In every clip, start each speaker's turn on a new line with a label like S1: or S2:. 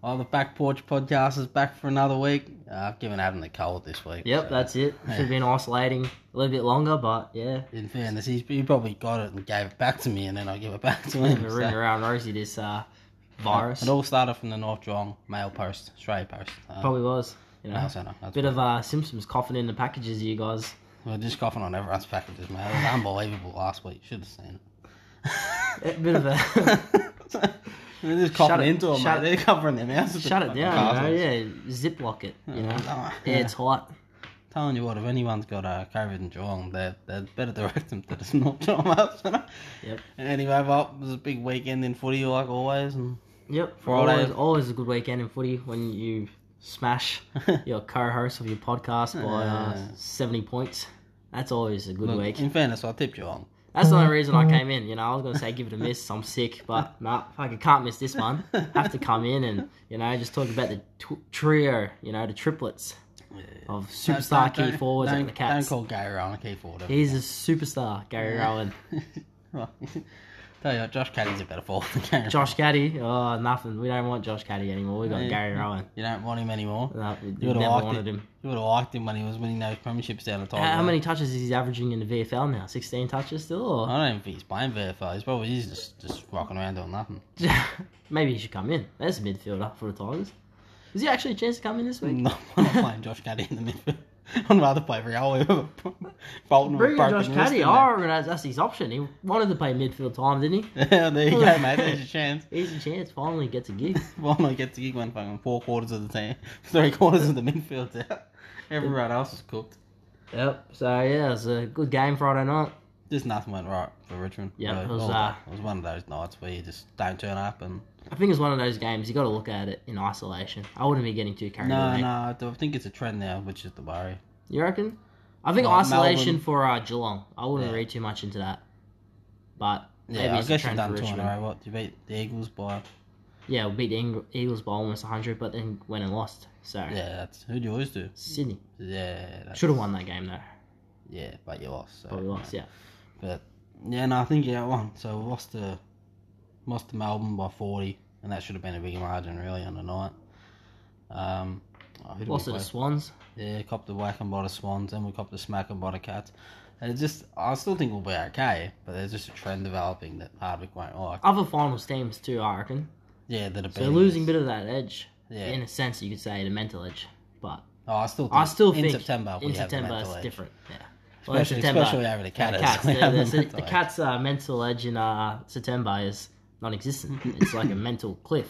S1: Oh, the back porch podcast is back for another week. Uh, I've given Adam the cold this week.
S2: Yep,
S1: so-
S2: that's it. Should have been isolating a little bit longer, but yeah.
S1: In fairness, he, he probably got it and gave it back to me, and then I give it back to
S2: We're
S1: him.
S2: ring
S1: so-
S2: around Rosie this uh, virus.
S1: It all started from the North Geelong mail post, stray post. Uh,
S2: Probably was. You know,
S1: mail centre. That's
S2: bit of uh, Simpsons coughing in the packages, you guys.
S1: We're just coughing on everyone's packages, man. It was unbelievable last week. Should have seen
S2: A bit of a
S1: it. They're just coughing
S2: it-
S1: into them,
S2: shut
S1: mate. They're covering their mouths. with
S2: shut
S1: the fucking
S2: it down, you know.
S1: parcels.
S2: Yeah, ziplock it. You know,
S1: Yeah.
S2: yeah, it's hot.
S1: Telling you what, if anyone's got uh, COVID in Geelong, they they better direct them to the North Geelong mail centre.
S2: Yep.
S1: Anyway, well, it was a big weekend in footy, like always. And
S2: Yep.
S1: Friday.
S2: Always, always a good weekend in footy when you smash your co-host of your podcast by uh,
S1: Yeah.
S2: seventy points. That's always a good
S1: Look,
S2: week.
S1: in fairness, I tipped Geelong.
S2: That's the only reason
S1: Uh-huh.
S2: I came in. You know, I was gonna say give it a miss. I'm sick, but no, fuck, I can't miss this one. Have to come in and you know just talk about the t- trio. You know, the triplets of superstar
S1: Don't-
S2: key
S1: don't-
S2: forwards
S1: don't,
S2: and the cats.
S1: Don't call Gary Rowan a key forward. ever.
S2: He's a superstar, Gary Rowan.
S1: Well, Tell you what, Josh Caddy's a better forward than Gary Rowan.
S2: Josh Caddy, oh nothing. We don't want Josh Caddy anymore. We got
S1: Yeah.
S2: Gary Rowan.
S1: You don't want him anymore.
S2: No, we
S1: You would've
S2: never
S1: liked
S2: wanted
S1: it. Oh,
S2: him.
S1: You would have liked him when he was winning those premierships down the top.
S2: How, how many touches is he averaging in the VFL now? Sixteen touches still, or
S1: I don't even think he's playing VFL. He's probably he's just, just rocking around doing nothing.
S2: maybe he should come in. There's a midfielder for the Tigers. Is he actually a chance to come in this week?
S1: I'm not, I'm not playing Josh Caddy in the midfield. I'd rather play Rioli with a Bolton with a
S2: Bring in
S1: broken
S2: Josh
S1: wrist
S2: Caddy.
S1: in
S2: I reckon that's, that's his option. He wanted to play midfield time, didn't he?
S1: there. Yeah, there you go, mate. There's your chance.
S2: Here's a chance. Finally gets a gig.
S1: Why not get to gig when fucking four quarters of the team, three quarters of the midfield's out. Everyone else is cooked.
S2: yep. So yeah, it was a good game Friday night.
S1: Just nothing went right for Richmond.
S2: Yeah,
S1: Really.
S2: it was,
S1: All-
S2: uh,
S1: it was one of those nights where you just don't turn up and
S2: I think it's one of those games you got to look at it in isolation. I wouldn't be getting too carried
S1: No,
S2: away.
S1: no, I do- I think it's a trend now, which is the worry.
S2: You reckon? I think
S1: Well,
S2: isolation
S1: Melbourne-
S2: for uh, Geelong. I wouldn't
S1: Yeah.
S2: read too much into that. But maybe
S1: Yeah, I
S2: it's a
S1: guess you've
S2: trend
S1: done
S2: for
S1: two in a
S2: Richmond.
S1: row. What you beat the Eagles by?
S2: Yeah, we beat the Eng- Eagles by almost 100, but then went and lost. So,
S1: Yeah, that's who'd you lose to?
S2: Sydney.
S1: Yeah, that's,
S2: Should have won that game, though.
S1: Yeah, but you lost. So.
S2: But we lost, yeah.
S1: But yeah, no, I think yeah, it won. So we lost to lost to Melbourne by forty, and that should have been a bigger margin really on the night. Um, oh, who did we
S2: Lost to
S1: play?
S2: the Swans.
S1: Yeah, copped the whacking by the Swans, and we copped the smacking by the Cats. And it's just, I still think we'll be okay, but there's just a trend developing that Hardwick won't like.
S2: Other finals teams, too, I reckon.
S1: Yeah, that are
S2: So, they're losing a bit of that edge.
S1: Yeah.
S2: In a sense, you could say the mental edge. But
S1: Oh, I still think
S2: I still
S1: in
S2: think
S1: September Oh, we
S2: in
S1: have
S2: September
S1: a
S2: it's
S1: mental edge.
S2: different. Yeah.
S1: Especially- especially over the Cats, we
S2: The,
S1: have a
S2: the, the,
S1: mental edge.
S2: Cats' uh, mental edge in uh, September is non-existent. it's like a mental cliff.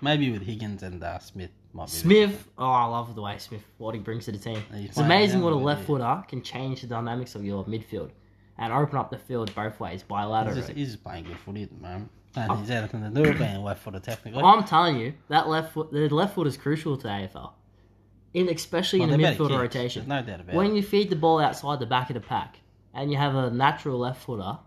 S1: Maybe with Higgins and uh, Smith might be.
S2: Smith, oh, I love the way Smith what he brings to the team.
S1: He's
S2: It's
S1: playing
S2: amazing
S1: down
S2: what a
S1: with
S2: left
S1: it.
S2: footer can change the dynamics of your midfield and open up the field both ways
S1: He's just,
S2: bilaterally.
S1: he's just playing good footy at the moment.
S2: Oh.
S1: And he's anything to do with being left footed technically.
S2: I'm telling you, that left foot, the left foot is crucial to AFL, in especially
S1: Well,
S2: in the
S1: they're better
S2: midfield
S1: kicks,
S2: rotation.
S1: There's no doubt about
S2: when
S1: it.
S2: you feed the ball outside the back of the pack and you have a natural left footer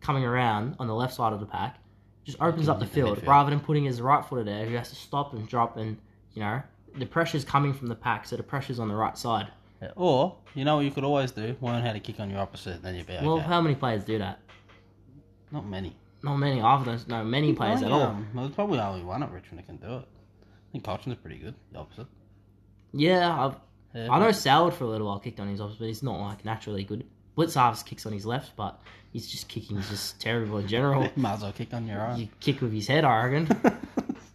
S2: coming around on the left side of the pack, just opens up the
S1: hit the
S2: field
S1: midfield.
S2: rather than putting his right footer there who has to stop and drop and, you know, the pressure's coming from the pack, so the pressure's on the right side.
S1: Yeah, Or, you know what you could always do? Learn how to kick on your opposite, then you'd be okay.
S2: Well, how many players do that?
S1: Not many.
S2: Not many. I don't know many players
S1: I
S2: at
S1: think,
S2: all.
S1: um, There's probably only one at Richmond that can do it. I think Cochran's pretty good, the opposite.
S2: Yeah, I've,
S1: Yeah,
S2: I know Salad for a little while kicked on his opposite, but he's not like naturally good. Blitzarves kicks on his left, but he's just kicking is just terrible in general.
S1: Might as well kick on your own.
S2: You kick with his head, I reckon.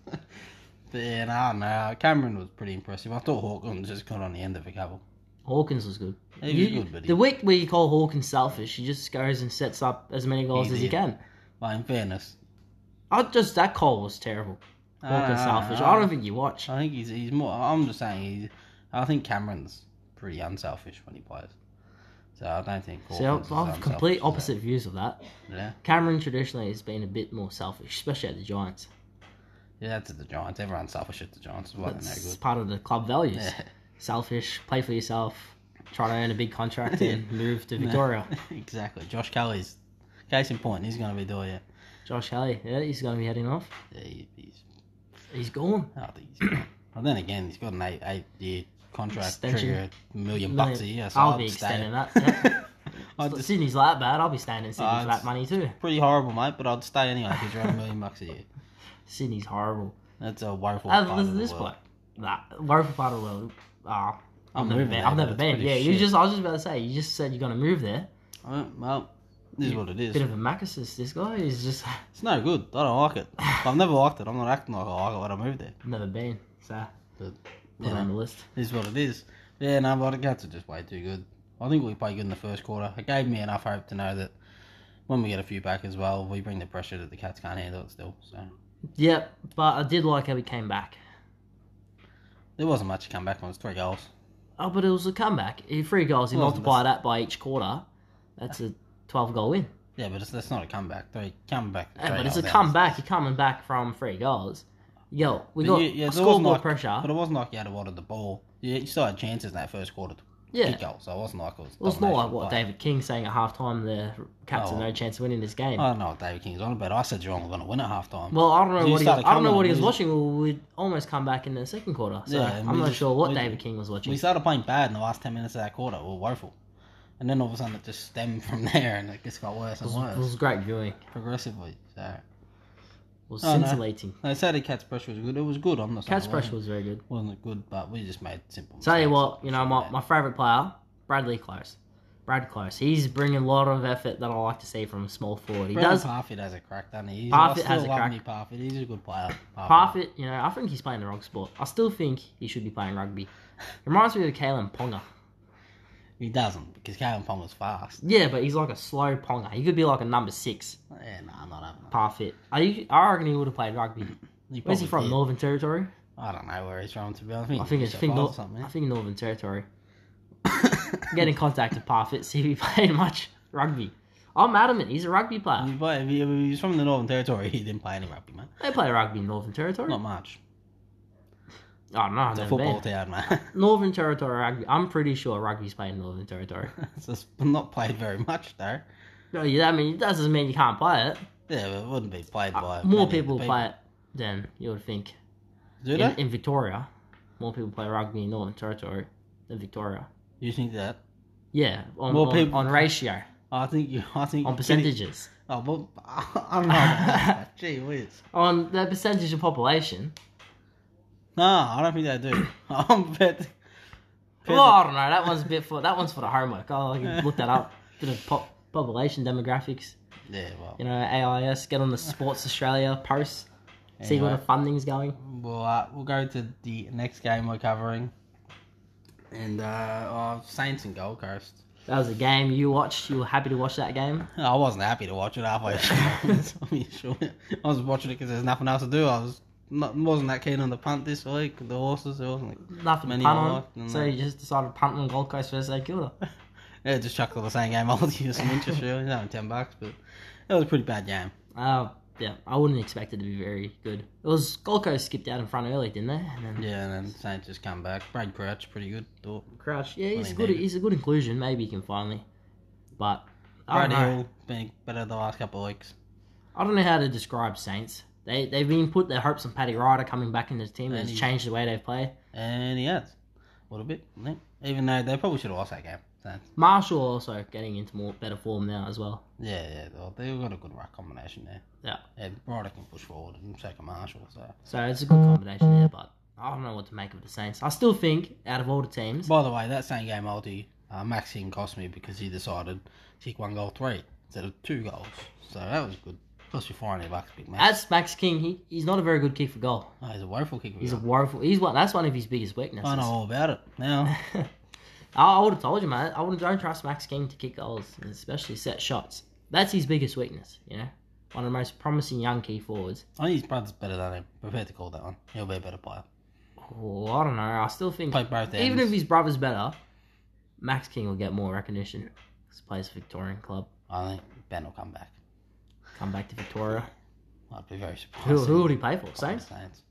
S1: But yeah, no, no. Cameron was pretty impressive. I thought Hawkins just got on the end of a couple.
S2: Hawkins was good.
S1: He
S2: You-
S1: was good, but he-
S2: the week where you call Hawkins selfish, he just goes and sets up as many goals
S1: He
S2: as he
S1: did.
S2: can.
S1: But in fairness,
S2: I just that call was terrible.
S1: I don't
S2: Hawkins
S1: know,
S2: selfish.
S1: I
S2: I
S1: don't-
S2: don't think you watch.
S1: I think he's he's more. I'm just saying, he's, I think Cameron's pretty unselfish when he plays. So I don't think.
S2: See,
S1: Hawkins
S2: I've,
S1: is
S2: I've
S1: unselfish,
S2: complete
S1: so,
S2: opposite views of that.
S1: Yeah,
S2: Cameron traditionally has been a bit more selfish, especially at the Giants.
S1: yeah, that's at the Giants. Everyone's selfish at the Giants. That's why they're
S2: That's
S1: no
S2: part of the club values.
S1: good.
S2: Selfish, play for yourself, try to earn a big contract and move to Victoria.
S1: exactly. Josh Kelly's case in point. He's going to be doing it.
S2: Josh Kelly, yeah, he's going to be heading off.
S1: Yeah, he, he's.
S2: He's gone.
S1: I don't think he's. gonna- well, then again, he's got an eight eight year contract
S2: Extension.
S1: trigger a million
S2: Million.
S1: bucks a year. So
S2: I'll
S1: I'd
S2: be
S1: stay.
S2: extending that,
S1: I'd
S2: If
S1: just,
S2: Sydney's like that bad, I'll be staying in Sydney
S1: Oh,
S2: for
S1: it's-
S2: that money too.
S1: pretty horrible, mate. But I'd stay anyway because you're on a million bucks a year.
S2: Sydney's horrible.
S1: That's a woeful
S2: Other
S1: part
S2: than
S1: of the
S2: this
S1: world.
S2: bloke. Nah, woeful part of the world. Ah, I've
S1: I'm
S2: never
S1: moving.
S2: been.
S1: there,
S2: I've
S1: but
S2: never
S1: it's
S2: been.
S1: pretty
S2: Yeah, you
S1: shit.
S2: just. I was just about to say. You just said you're gonna move there.
S1: Uh, well, this is what it is.
S2: Bit of a macassist. This guy is just
S1: It's no good. I don't like it. I've never liked it. I'm not acting like I like it when I moved there.
S2: never been. So
S1: But,
S2: put
S1: you
S2: it on the
S1: know,
S2: list.
S1: this is what it is. Yeah, no, but the Cats are just way too good. I think we played good in the first quarter. It gave me enough hope to know that when we get a few back as well, we bring the pressure that the Cats can't handle it still. So
S2: Yep, but I did like how he came back.
S1: there wasn't much to come back on. It's three goals.
S2: Oh, but it was a comeback. He- Three goals. You
S1: Well, that's-
S2: multiply that by each quarter. That's a twelve goal win.
S1: Yeah, but it's, that's not a comeback. Three comeback.
S2: Yeah,
S1: three
S2: but it's a
S1: goals out.
S2: comeback. You're coming back from three goals. Yo, we
S1: But
S2: got
S1: you- yeah, there wasn't
S2: scoreboard
S1: like-
S2: pressure.
S1: But it wasn't like you had a lot of the ball. You, you still had chances in that first quarter to
S2: Yeah,
S1: kick goals. So it wasn't like it was.
S2: Well, it's not
S1: domination
S2: like
S1: of
S2: what
S1: play.
S2: David King saying at halftime the Cats
S1: Oh.
S2: have no chance of winning this game.
S1: I don't know what David King's on about. I said Geelong were going to win at half time.
S2: well, I don't
S1: You
S2: know what he was,
S1: started
S2: I don't know
S1: coming
S2: what he
S1: on,
S2: was
S1: we-
S2: watching. We'd almost come back in the second quarter, so
S1: Yeah, and
S2: I'm
S1: we
S2: not
S1: just-
S2: sure what
S1: we-
S2: David King was watching.
S1: we started playing bad in the last 10 minutes of that quarter. We were woeful. And then all of a sudden it just stemmed from there and it just got worse
S2: it,
S1: and
S2: was,
S1: worse
S2: it was great viewing. It
S1: progressively. So
S2: was
S1: Oh, no.
S2: scintillating.
S1: they said the cat's pressure was good. It was good. I'm not saying
S2: Cats
S1: it
S2: pressure
S1: wasn't.
S2: was very good.
S1: wasn't good, but we just made simple.
S2: Tell you
S1: mistakes.
S2: what, you know my,
S1: Yeah.
S2: my favorite player, Bradley Close. Brad Close, he's bringing a lot of effort that I like to see from a small forward. He
S1: Brendan
S2: does.
S1: Parfitt has a crack, doesn't he? He's,
S2: Parfitt
S1: I still
S2: has a
S1: love
S2: crack.
S1: me Parfitt. He's a good player.
S2: Parfit, you know, I think he's playing the wrong sport. I still think he should be playing rugby. Reminds me of Kalen Ponga.
S1: He doesn't because Kalen Pong was fast.
S2: Yeah, but he's like a slow Ponga. He could be like a number six.
S1: Yeah, no, I'm not having that.
S2: Parfit. I, I reckon he would have played rugby.
S1: He
S2: Where's
S1: probably
S2: he from?
S1: did.
S2: Northern Territory.
S1: I don't know where he's from, to be honest.
S2: I think it's
S1: Bishop
S2: I think,
S1: Hall
S2: Nor-
S1: or something.
S2: I think Northern Territory.
S1: yeah.
S2: Get in contact with Parfit. See if he played much rugby. I'm adamant. He's a rugby player.
S1: He play- if he- if he was from the Northern Territory. He didn't play any rugby, man.
S2: They play rugby in Northern Territory.
S1: Not much.
S2: oh no, I've
S1: It's a
S2: never
S1: football
S2: been.
S1: town, man.
S2: Northern Territory rugby. I'm pretty sure rugby's played in Northern Territory.
S1: it's just not played very much, though.
S2: no, you- I mean it doesn't mean you can't play it.
S1: Yeah, but it wouldn't be played
S2: Uh,
S1: by
S2: more
S1: many of the
S2: people, play it than you would think.
S1: Do
S2: In,
S1: they?
S2: in Victoria, more people play rugby in Northern Territory than Victoria.
S1: you think that?
S2: Yeah, on,
S1: More
S2: on,
S1: people-
S2: on ratio,
S1: I think you. I think
S2: on
S1: you're kidding.
S2: percentages.
S1: Oh, well, I don't know. About that. Gee whiz.
S2: on the percentage of population.
S1: No, I don't think they do. I'm bet. bet
S2: Well, I don't know. That one's a bit for that one's for the homework. I'll like, look that up. Bit of pop, population demographics.
S1: yeah, well,
S2: You know, AIS. Get on the Sports Australia post. See where the
S1: Anyway.
S2: funding's going.
S1: we'll uh, we'll go to the next game we're covering, and uh, oh, Saints and Gold Coast.
S2: That was a game you watched. You were happy to watch that game.
S1: I wasn't happy to watch it halfway through. I mean, sure. I was watching it because there's nothing else to do. I was not, wasn't that keen on the punt this week. The horses, there wasn't.
S2: Nothing
S1: Many
S2: to punt
S1: more
S2: on.
S1: liked than
S2: So
S1: that.
S2: you just decided to punt on Gold Coast versus St Kilda.
S1: Yeah, just chucked all the same game all to you some interest, really. It's only 10 bucks, but it was a pretty bad game.
S2: Uh, yeah, I wouldn't expect it to be very good. It was Gold Coast skipped out in front early, didn't they? And then
S1: Yeah, and then Saints just come back. Brad Crouch, pretty good. Thought.
S2: Crouch. Yeah, he's
S1: Well,
S2: good.
S1: indeed.
S2: He's a good inclusion. Maybe he can finally. But I
S1: Brad
S2: don't know.
S1: Hill, been better the last couple of weeks.
S2: I don't know how to describe Saints. They they've been put their hopes on Paddy Ryder coming back into the team.
S1: And
S2: It's
S1: he-
S2: changed the way they play.
S1: And he has. A little bit, I think. Even though they probably should have lost that game. Saints.
S2: Marshall also getting into more better form now as well.
S1: Yeah, yeah. well, They've got a good ruck combination there.
S2: Yeah.
S1: Yeah, Ryder can push forward and so can Marshall, so.
S2: So it's a good combination there, but I don't know what to make of the Saints. I still think out of all the teams,
S1: By the way, that same game, Aldi, uh, Maxine cost me because he decided to kick one goal three instead of two goals. So that was good. Cost you 400 bucks, big man.
S2: as Max King, he, he's not a very good kick for goal.
S1: Oh, he's a woeful kicker.
S2: He's
S1: yeah.
S2: a woeful. He's one. That's one of his biggest weaknesses.
S1: I know all about it now.
S2: I, I would have told you, man. I would don't trust Max King to kick goals, and especially set shots. That's his biggest weakness. You know, one of the most promising young key forwards.
S1: I think his brother's better than him. Prepared to call that one. He'll be a better player.
S2: Oh, I don't know. I still think
S1: Play both ends.
S2: even if his brother's better, Max King will get more recognition. 'Cause He plays for Victorian club.
S1: I think Ben will come back.
S2: Come back to Victoria.
S1: I'd be very surprised.
S2: Who, who would
S1: if
S2: he play for?
S1: he plays
S2: Saints.
S1: for Saints.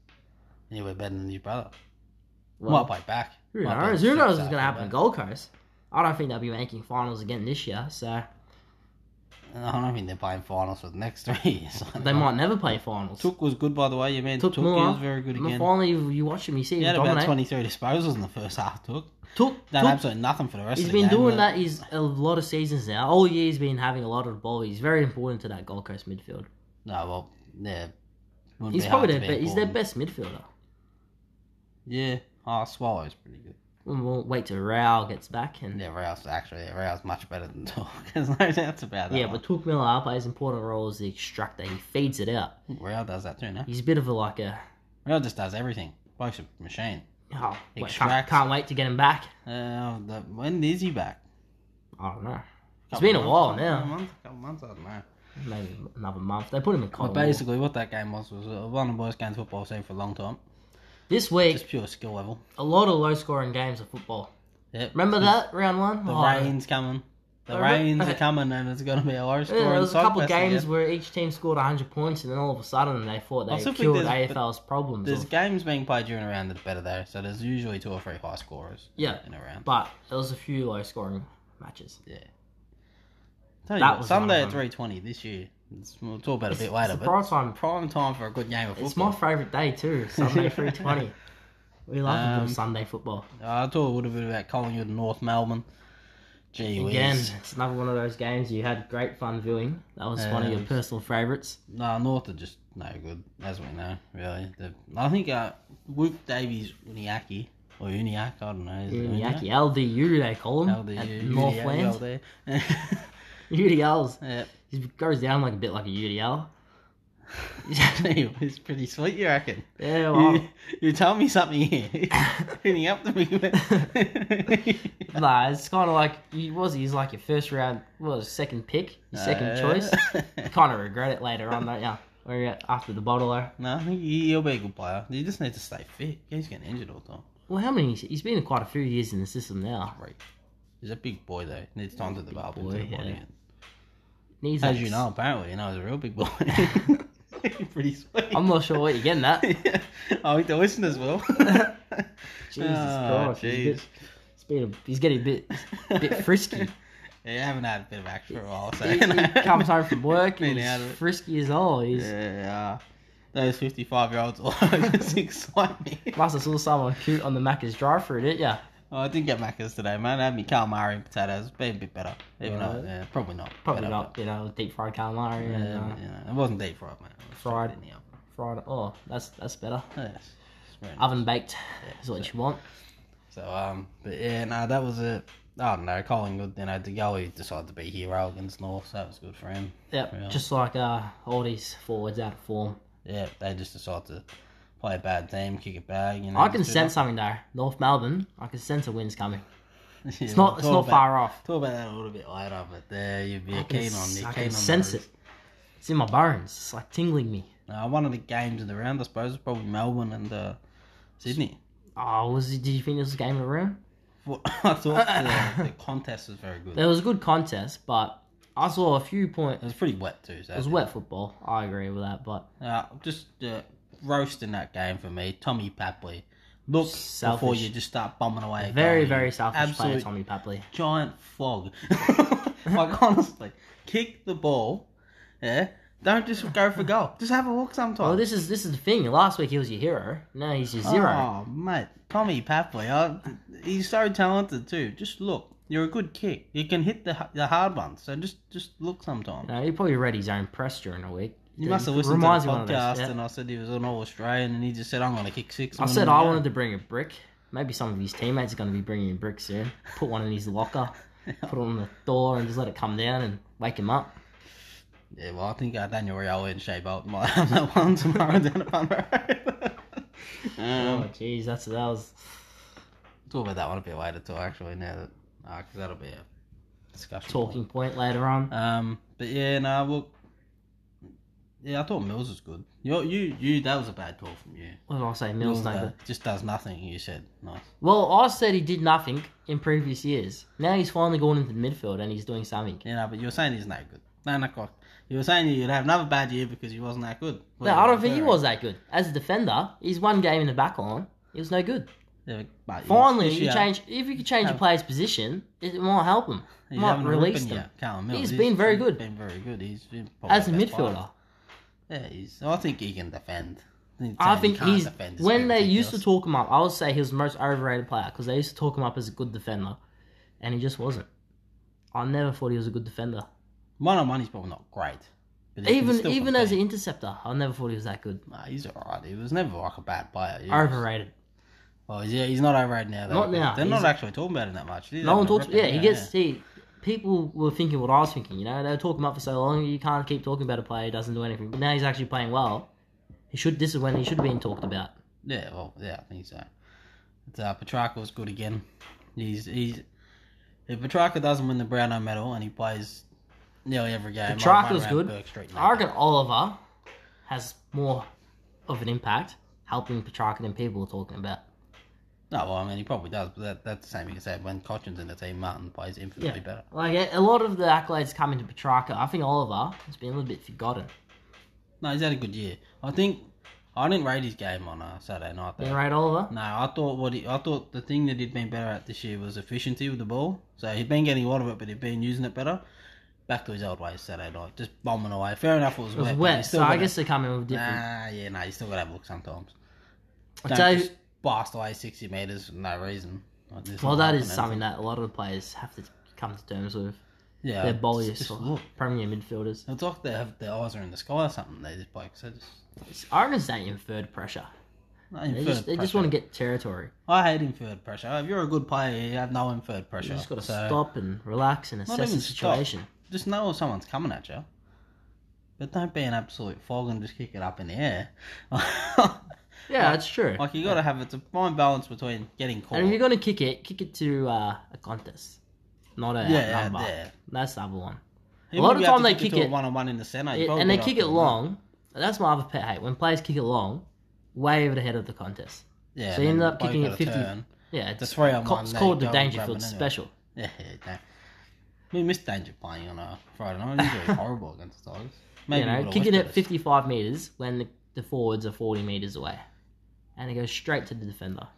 S1: He'll be better than his brother.
S2: Well,
S1: Might play back.
S2: who
S1: Might
S2: knows?
S1: play
S2: Who knows
S1: six
S2: what's
S1: out
S2: going to happen to
S1: fullback.
S2: Gold Coast? I don't think they'll be making finals again this year. So
S1: And I don't think they're playing finals for the next three years.
S2: they might never play finals.
S1: Took was good, by the way. You mean
S2: Took
S1: Took, he
S2: Moore.
S1: was very good again.
S2: Finally, you watch him. You see him
S1: He had about
S2: dominate.
S1: 23 disposals in the first half, Took.
S2: Took,
S1: Done
S2: took-
S1: absolutely nothing for the rest
S2: he's
S1: of the
S2: been
S1: game.
S2: doing
S1: but-
S2: that. He's a lot of seasons now. All year he's been having a lot of ball. He's very important to that Gold Coast midfield.
S1: No, well, yeah. Wouldn't
S2: He's
S1: be hard
S2: probably their,
S1: to
S2: be-
S1: beat
S2: he's their
S1: Gordon.
S2: best midfielder.
S1: Yeah, oh, Swallow's pretty good.
S2: We'll- We'll wait till Rao gets back and
S1: Yeah, Rao's actually yeah, Rao's much better than Talk. There's no doubts about that.
S2: yeah,
S1: one.
S2: but Took Miller plays an important role as the extractor. He feeds it out.
S1: Rao does that too now.
S2: He's a bit of a like a
S1: Rao just does everything. Life's a machine.
S2: oh wait, can't,
S1: Extracts.
S2: can't wait to get him back.
S1: Uh, the, when is he back?
S2: I don't know. It's
S1: Couple
S2: been a
S1: months,
S2: while
S1: couple
S2: now.
S1: Months, couple months, I don't know.
S2: Maybe another month. They put him in
S1: But
S2: Cotton. Wall.
S1: basically, what that game was was uh, one of the worst games football I've seen for a long time.
S2: This week,
S1: Just pure skill level.
S2: a lot of low scoring games of football.
S1: Yep.
S2: Remember that round one?
S1: The
S2: Oh,
S1: rain's coming. The
S2: I re-
S1: rains are
S2: okay.
S1: coming, and it's going to be a low scoring.
S2: Yeah, there was a
S1: side
S2: couple of
S1: quest
S2: games
S1: again.
S2: where each team scored 100 points, and then all of a sudden they thought
S1: I
S2: they
S1: still think
S2: cured
S1: there's-
S2: AFL's problems.
S1: There's
S2: of-
S1: games being played during a round that are better there, so there's usually two or three high scorers.
S2: Yeah.
S1: in a round.
S2: but there was a few low scoring matches.
S1: Yeah. Tell you
S2: That
S1: what,
S2: was one
S1: Sunday
S2: of
S1: at
S2: them.
S1: three twenty this year. It's, we'll talk about it a bit
S2: It's-
S1: later,
S2: it's the
S1: but
S2: prime time.
S1: prime time for a good game of
S2: It's
S1: football.
S2: my favourite day too, Sunday 320. We love a bit
S1: Um,
S2: of Sunday football.
S1: Uh, I thought a little bit about Collingwood and North Melbourne. Gee whiz.
S2: Again, it's another one of those games you had great fun viewing. That was one of your
S1: Um,
S2: personal favourites.
S1: No, North are just no good, as we know, really. They're, I think uh, Luke Davies Uniaki, or Uniak, I don't know. is it
S2: Uniaki, LDU they call him
S1: LDU,
S2: at
S1: UDL,
S2: Northland.
S1: there.
S2: UDLs.
S1: yeah.
S2: He goes down like a bit like a UDL.
S1: Gee, it's pretty sweet, you reckon?
S2: Yeah, well,
S1: You, you tell me something here. Hitting up to me. but-
S2: nah, it's kind of like he was. He's like your first round, what was it, second pick, your second
S1: Uh,
S2: choice. You kind of regret it later on, don't ya? Or you get after the bottle. though.
S1: no, I think he- he'll be a good player. You just need to stay fit. He's getting injured all the time.
S2: Well, how many? He's been quite a few years in the system now.
S1: Right. He's a big boy though. Needs time to develop
S2: boy,
S1: into the body.
S2: yeah. Needs
S1: As
S2: aches.
S1: you know, apparently, you know, he's a real big boy. Pretty sweet.
S2: I'm not sure where you're getting that.
S1: I think the listeners will.
S2: Jesus
S1: Oh,
S2: Christ, he's, a bit, he's, been a, he's getting a bit.
S1: jeez.
S2: bit frisky.
S1: Yeah, you haven't had a bit of action for a while, so.
S2: He,
S1: you know.
S2: he comes home from work
S1: Been
S2: and
S1: out
S2: he's
S1: of it.
S2: frisky as all. He's
S1: Yeah, those 55 year olds always just excite me.
S2: plus I saw someone cute on the Macca's drive-through, didn't ya?
S1: Oh, I did get Macca's today, man. I had me calamari and potatoes. Been a bit better. Even
S2: Right.
S1: though, yeah, probably not.
S2: Probably
S1: better,
S2: not, you know, deep fried calamari
S1: but, um, Yeah,
S2: and uh,
S1: but, you know, it wasn't deep fried, man. It was
S2: Fried.
S1: in the oven.
S2: fried. Oh, that's that's better.
S1: Yes. It's very nice.
S2: Oven baked is what you want.
S1: So um, but yeah, no, that was it. I don't know. Collingwood, you know, Degoe decided to be hero against North, so that was good for him.
S2: Yep,
S1: Yeah.
S2: just like uh, all these forwards out of form.
S1: Yeah, they just decided to play a bad team, kick it back. You know,
S2: I can
S1: just do
S2: sense something though. North Melbourne, I can sense a win's coming.
S1: that.
S2: It's
S1: Yeah,
S2: not,
S1: we'll
S2: it's
S1: talk
S2: not
S1: about-
S2: far off.
S1: Talk about that a little bit later, but there you'd be
S2: I can,
S1: keen on.
S2: s-
S1: You're
S2: I
S1: keen on
S2: can
S1: the
S2: sense
S1: Roos.
S2: it. It's in my bones. It's like tingling me.
S1: Uh, one of the games of the round, I suppose, was probably Melbourne and uh, Sydney.
S2: Oh, was it, did you think this was a game of the round?
S1: Well, I thought the, the contest was very good. It
S2: There was a good contest, but I saw a few points.
S1: was pretty wet too. So
S2: It was wet football. I agree with that, but
S1: Uh, just uh, roasting that game for me, Tommy Papley. Look
S2: Selfish.
S1: before you just start bombing away. at
S2: very,
S1: goal,
S2: very
S1: you
S2: selfish player,
S1: absolute
S2: Tommy Papley.
S1: Giant flog. like honestly, kick the ball. Yeah, don't just go for goal. Just have a look sometimes.
S2: Well, Oh, this is this is the thing. Last week he was your hero. Now he's your zero.
S1: Oh mate, Tommy Papley. I, he's so talented too. Just look. You're a good kick. You can hit the h- the hard ones. So just just look sometimes.
S2: You know, he probably read his own press during the week.
S1: You must have listened
S2: Reminds
S1: to
S2: me
S1: the
S2: one of those,
S1: podcast,
S2: yeah.
S1: and I said he was an All Australian, and he just said, "I'm going to kick six.
S2: I said I wanted to bring a brick. Maybe some of his teammates are going to be bringing a brick soon. Put one in his locker, put it on the door, and just let it come down and wake him up.
S1: Yeah, well, I think uh, Daniel Rio and Shea Bolton might have that one tomorrow down at Bun Road. um,
S2: oh, jeez, that's that was.
S1: talk about that one a bit later, too, actually, now that, because that'll be a discussion.
S2: Talking point later on.
S1: Um, but yeah, no, look. Yeah, I thought Mills was good. You, you, you, that was a bad call from you.
S2: What did I say? Mills no
S1: uh,
S2: good.
S1: just does nothing, you said. Nice.
S2: Well, I said he did nothing in previous years. Now he's finally gone into the midfield and he's doing something.
S1: You know, but you were saying he's no good. No, no, cock. You were saying you'd have another bad year because he wasn't that good.
S2: No, I don't think he was that good. As a defender, he's one game in the back line. He was no good.
S1: Yeah, but you-
S2: Finally,
S1: this
S2: you
S1: year,
S2: change if you could change
S1: Yeah.
S2: your player's position, it might help him. It
S1: he's
S2: might
S1: having a
S2: release
S1: ripping
S2: them.
S1: year, Callum Mills.
S2: He's been very good.
S1: Been very good. He's been probably
S2: As a
S1: the best player.
S2: midfielder,
S1: Yeah, he's. I think he can defend.
S2: I
S1: saying he
S2: think
S1: can't
S2: he's
S1: defend is a bit
S2: when they used to
S1: ridiculous.
S2: talk him up. I would say he was the most overrated player because they used to talk him up as a good defender, and he just wasn't. I never thought he was a good defender.
S1: one on one, he's probably not great, But he can
S2: Even
S1: still
S2: even as an
S1: compete.
S2: interceptor, I never thought he was that good.
S1: Nah, he's alright. He was never like a bad player. He was-
S2: Overrated.
S1: Well, he's, yeah, he's not overrated now. Though,
S2: Not
S1: because
S2: now.
S1: They're
S2: He's-
S1: not actually talking about him that much. He's
S2: no one
S1: having a
S2: talks.
S1: rip
S2: Yeah,
S1: now,
S2: he gets. He people were thinking what I was thinking. You know, they were talking about for so long. You can't keep talking about a player who doesn't do anything. But now he's actually playing well. He should. This is when he should have been talked about.
S1: Yeah, well, yeah, I think so. But, uh, Petrarca's good again. He's he's if Petrarca doesn't win the Brownlow medal and he plays nearly every game. I might
S2: Petrarca's
S1: round
S2: good.
S1: Burke Street and
S2: I
S1: that
S2: reckon Oliver has more of an impact helping Petrarca than people are talking about.
S1: guy. No, well, I mean he probably does, but that, that's the same you can say when Cochin's in the team. Martin plays infinitely
S2: Yeah.
S1: better.
S2: Like a- a lot of the accolades come into Petrarca. I think Oliver has been a little bit forgotten.
S1: No, he's had a good year. I think I didn't rate his game on uh, Saturday night. Though.
S2: You right, Oliver?
S1: No, I thought what he, I thought the thing that he'd been better at this year was efficiency with the ball. So he'd been getting a lot of it, but he'd been using it better. Back to his old ways Saturday night, just bombing away. Fair enough, it was,
S2: It was
S1: wet. but
S2: wet,
S1: he's still
S2: so I
S1: gonna-
S2: guess they come in with different.
S1: Nah, yeah, nah, you still gotta have a look sometimes.
S2: I
S1: Don't
S2: tell you-
S1: just blast away sixty meters for no reason. Like, this
S2: well,
S1: not
S2: that is
S1: happening.
S2: something that a lot of the players have to come to terms with.
S1: Yeah,
S2: They're
S1: just-
S2: bullies
S1: Uh, just
S2: or
S1: look.
S2: premier midfielders.
S1: It's like they have their eyes are in the sky or something. They just like so just.
S2: I reckon it's that inferred pressure.
S1: no,
S2: They
S1: inferred
S2: just they just
S1: pressure.
S2: want to get territory.
S1: I hate inferred pressure. If you're a good player, you have no inferred pressure.
S2: You just got to
S1: So,
S2: stop and relax and assess
S1: even
S2: the
S1: stop.
S2: situation.
S1: Just know if someone's coming at you, but don't be an absolute fog and just kick it up in the air.
S2: Yeah, that's true.
S1: like you got to have it's a fine balance between getting caught.
S2: And if you're gonna kick it, kick it to uh, a contest, not a
S1: Yeah,
S2: number.
S1: yeah.
S2: That's the other one.
S1: Even
S2: lot
S1: if
S2: of
S1: you have
S2: time
S1: to
S2: they kick
S1: to a
S2: it-
S1: one on one in the center, you
S2: It-
S1: probably
S2: and they
S1: got
S2: kick
S1: to
S2: it
S1: win.
S2: long. That's my other pet hate when players kick it long, way over the head of the contest.
S1: Yeah,
S2: So you
S1: and
S2: ended
S1: then
S2: up
S1: both
S2: kicking
S1: got
S2: it
S1: a
S2: 50.
S1: turn.
S2: Yeah,
S1: The
S2: it's,
S1: three on
S2: co-
S1: one,
S2: it's
S1: they
S2: called the
S1: go and grab
S2: Dangerfield
S1: it anyway.
S2: Special.
S1: Yeah, yeah, yeah. We missed Danger playing on a Friday night. He's really horrible against the Tigers. Maybe
S2: you
S1: he
S2: know,
S1: would've
S2: kicking
S1: lifted
S2: it
S1: us.
S2: 55 meters when the, the forwards are 40 meters away, and it goes straight to the defender.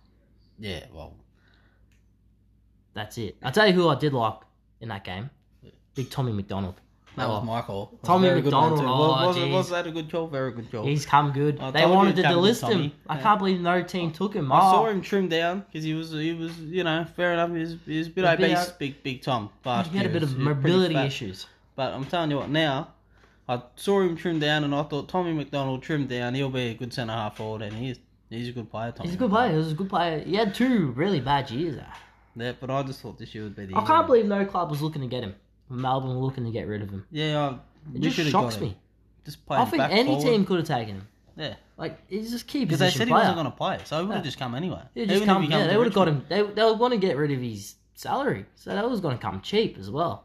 S1: Yeah, well,
S2: That's it. I'll tell you who I did like in that game. Big Tommy McDonald.
S1: that
S2: Oh.
S1: was Michael. That was a
S2: Tommy
S1: very good one
S2: McDonald,
S1: too. was,
S2: oh,
S1: was,
S2: geez.
S1: was that a good call? Very good call.
S2: He's come good.
S1: I
S2: they
S1: told you
S2: wanted to
S1: he'd come good,
S2: delist him.
S1: Tommy.
S2: I
S1: Yeah.
S2: can't believe no team took him.
S1: I saw
S2: Oh.
S1: him trimmed down because he was he was you know fair enough. He was, he was a bit
S2: A bit
S1: obese,
S2: out-
S1: big big Tom. Last
S2: He had a
S1: year.
S2: bit
S1: He was-
S2: of
S1: he was pretty
S2: mobility
S1: fat.
S2: issues.
S1: But I'm telling you what, now I saw him trimmed down, and I thought Tommy McDonald trimmed down. He'll be a good centre half forward, and he is. He's a good player. Tommy
S2: He's a good
S1: McDonald.
S2: player. He was a good player. He had two really bad years. Though.
S1: Yeah, but I just thought this year would be the.
S2: I
S1: year.
S2: can't believe no club was looking to get him. Melbourne were looking to get rid of him.
S1: Yeah, I,
S2: It
S1: we
S2: just
S1: should've
S2: shocks
S1: got him.
S2: me.
S1: Just play
S2: I
S1: him
S2: think
S1: back
S2: any
S1: forward.
S2: team could have taken him.
S1: Yeah,
S2: Like he's just key
S1: because they
S2: position
S1: said he
S2: player.
S1: wasn't going to play, so he would have
S2: Yeah.
S1: just come anyway.
S2: He'd just
S1: Even if
S2: come,
S1: he
S2: yeah,
S1: come
S2: they
S1: to
S2: would have got
S1: Richmond.
S2: him. They they were going to get rid of his salary, so that was going to come cheap as well.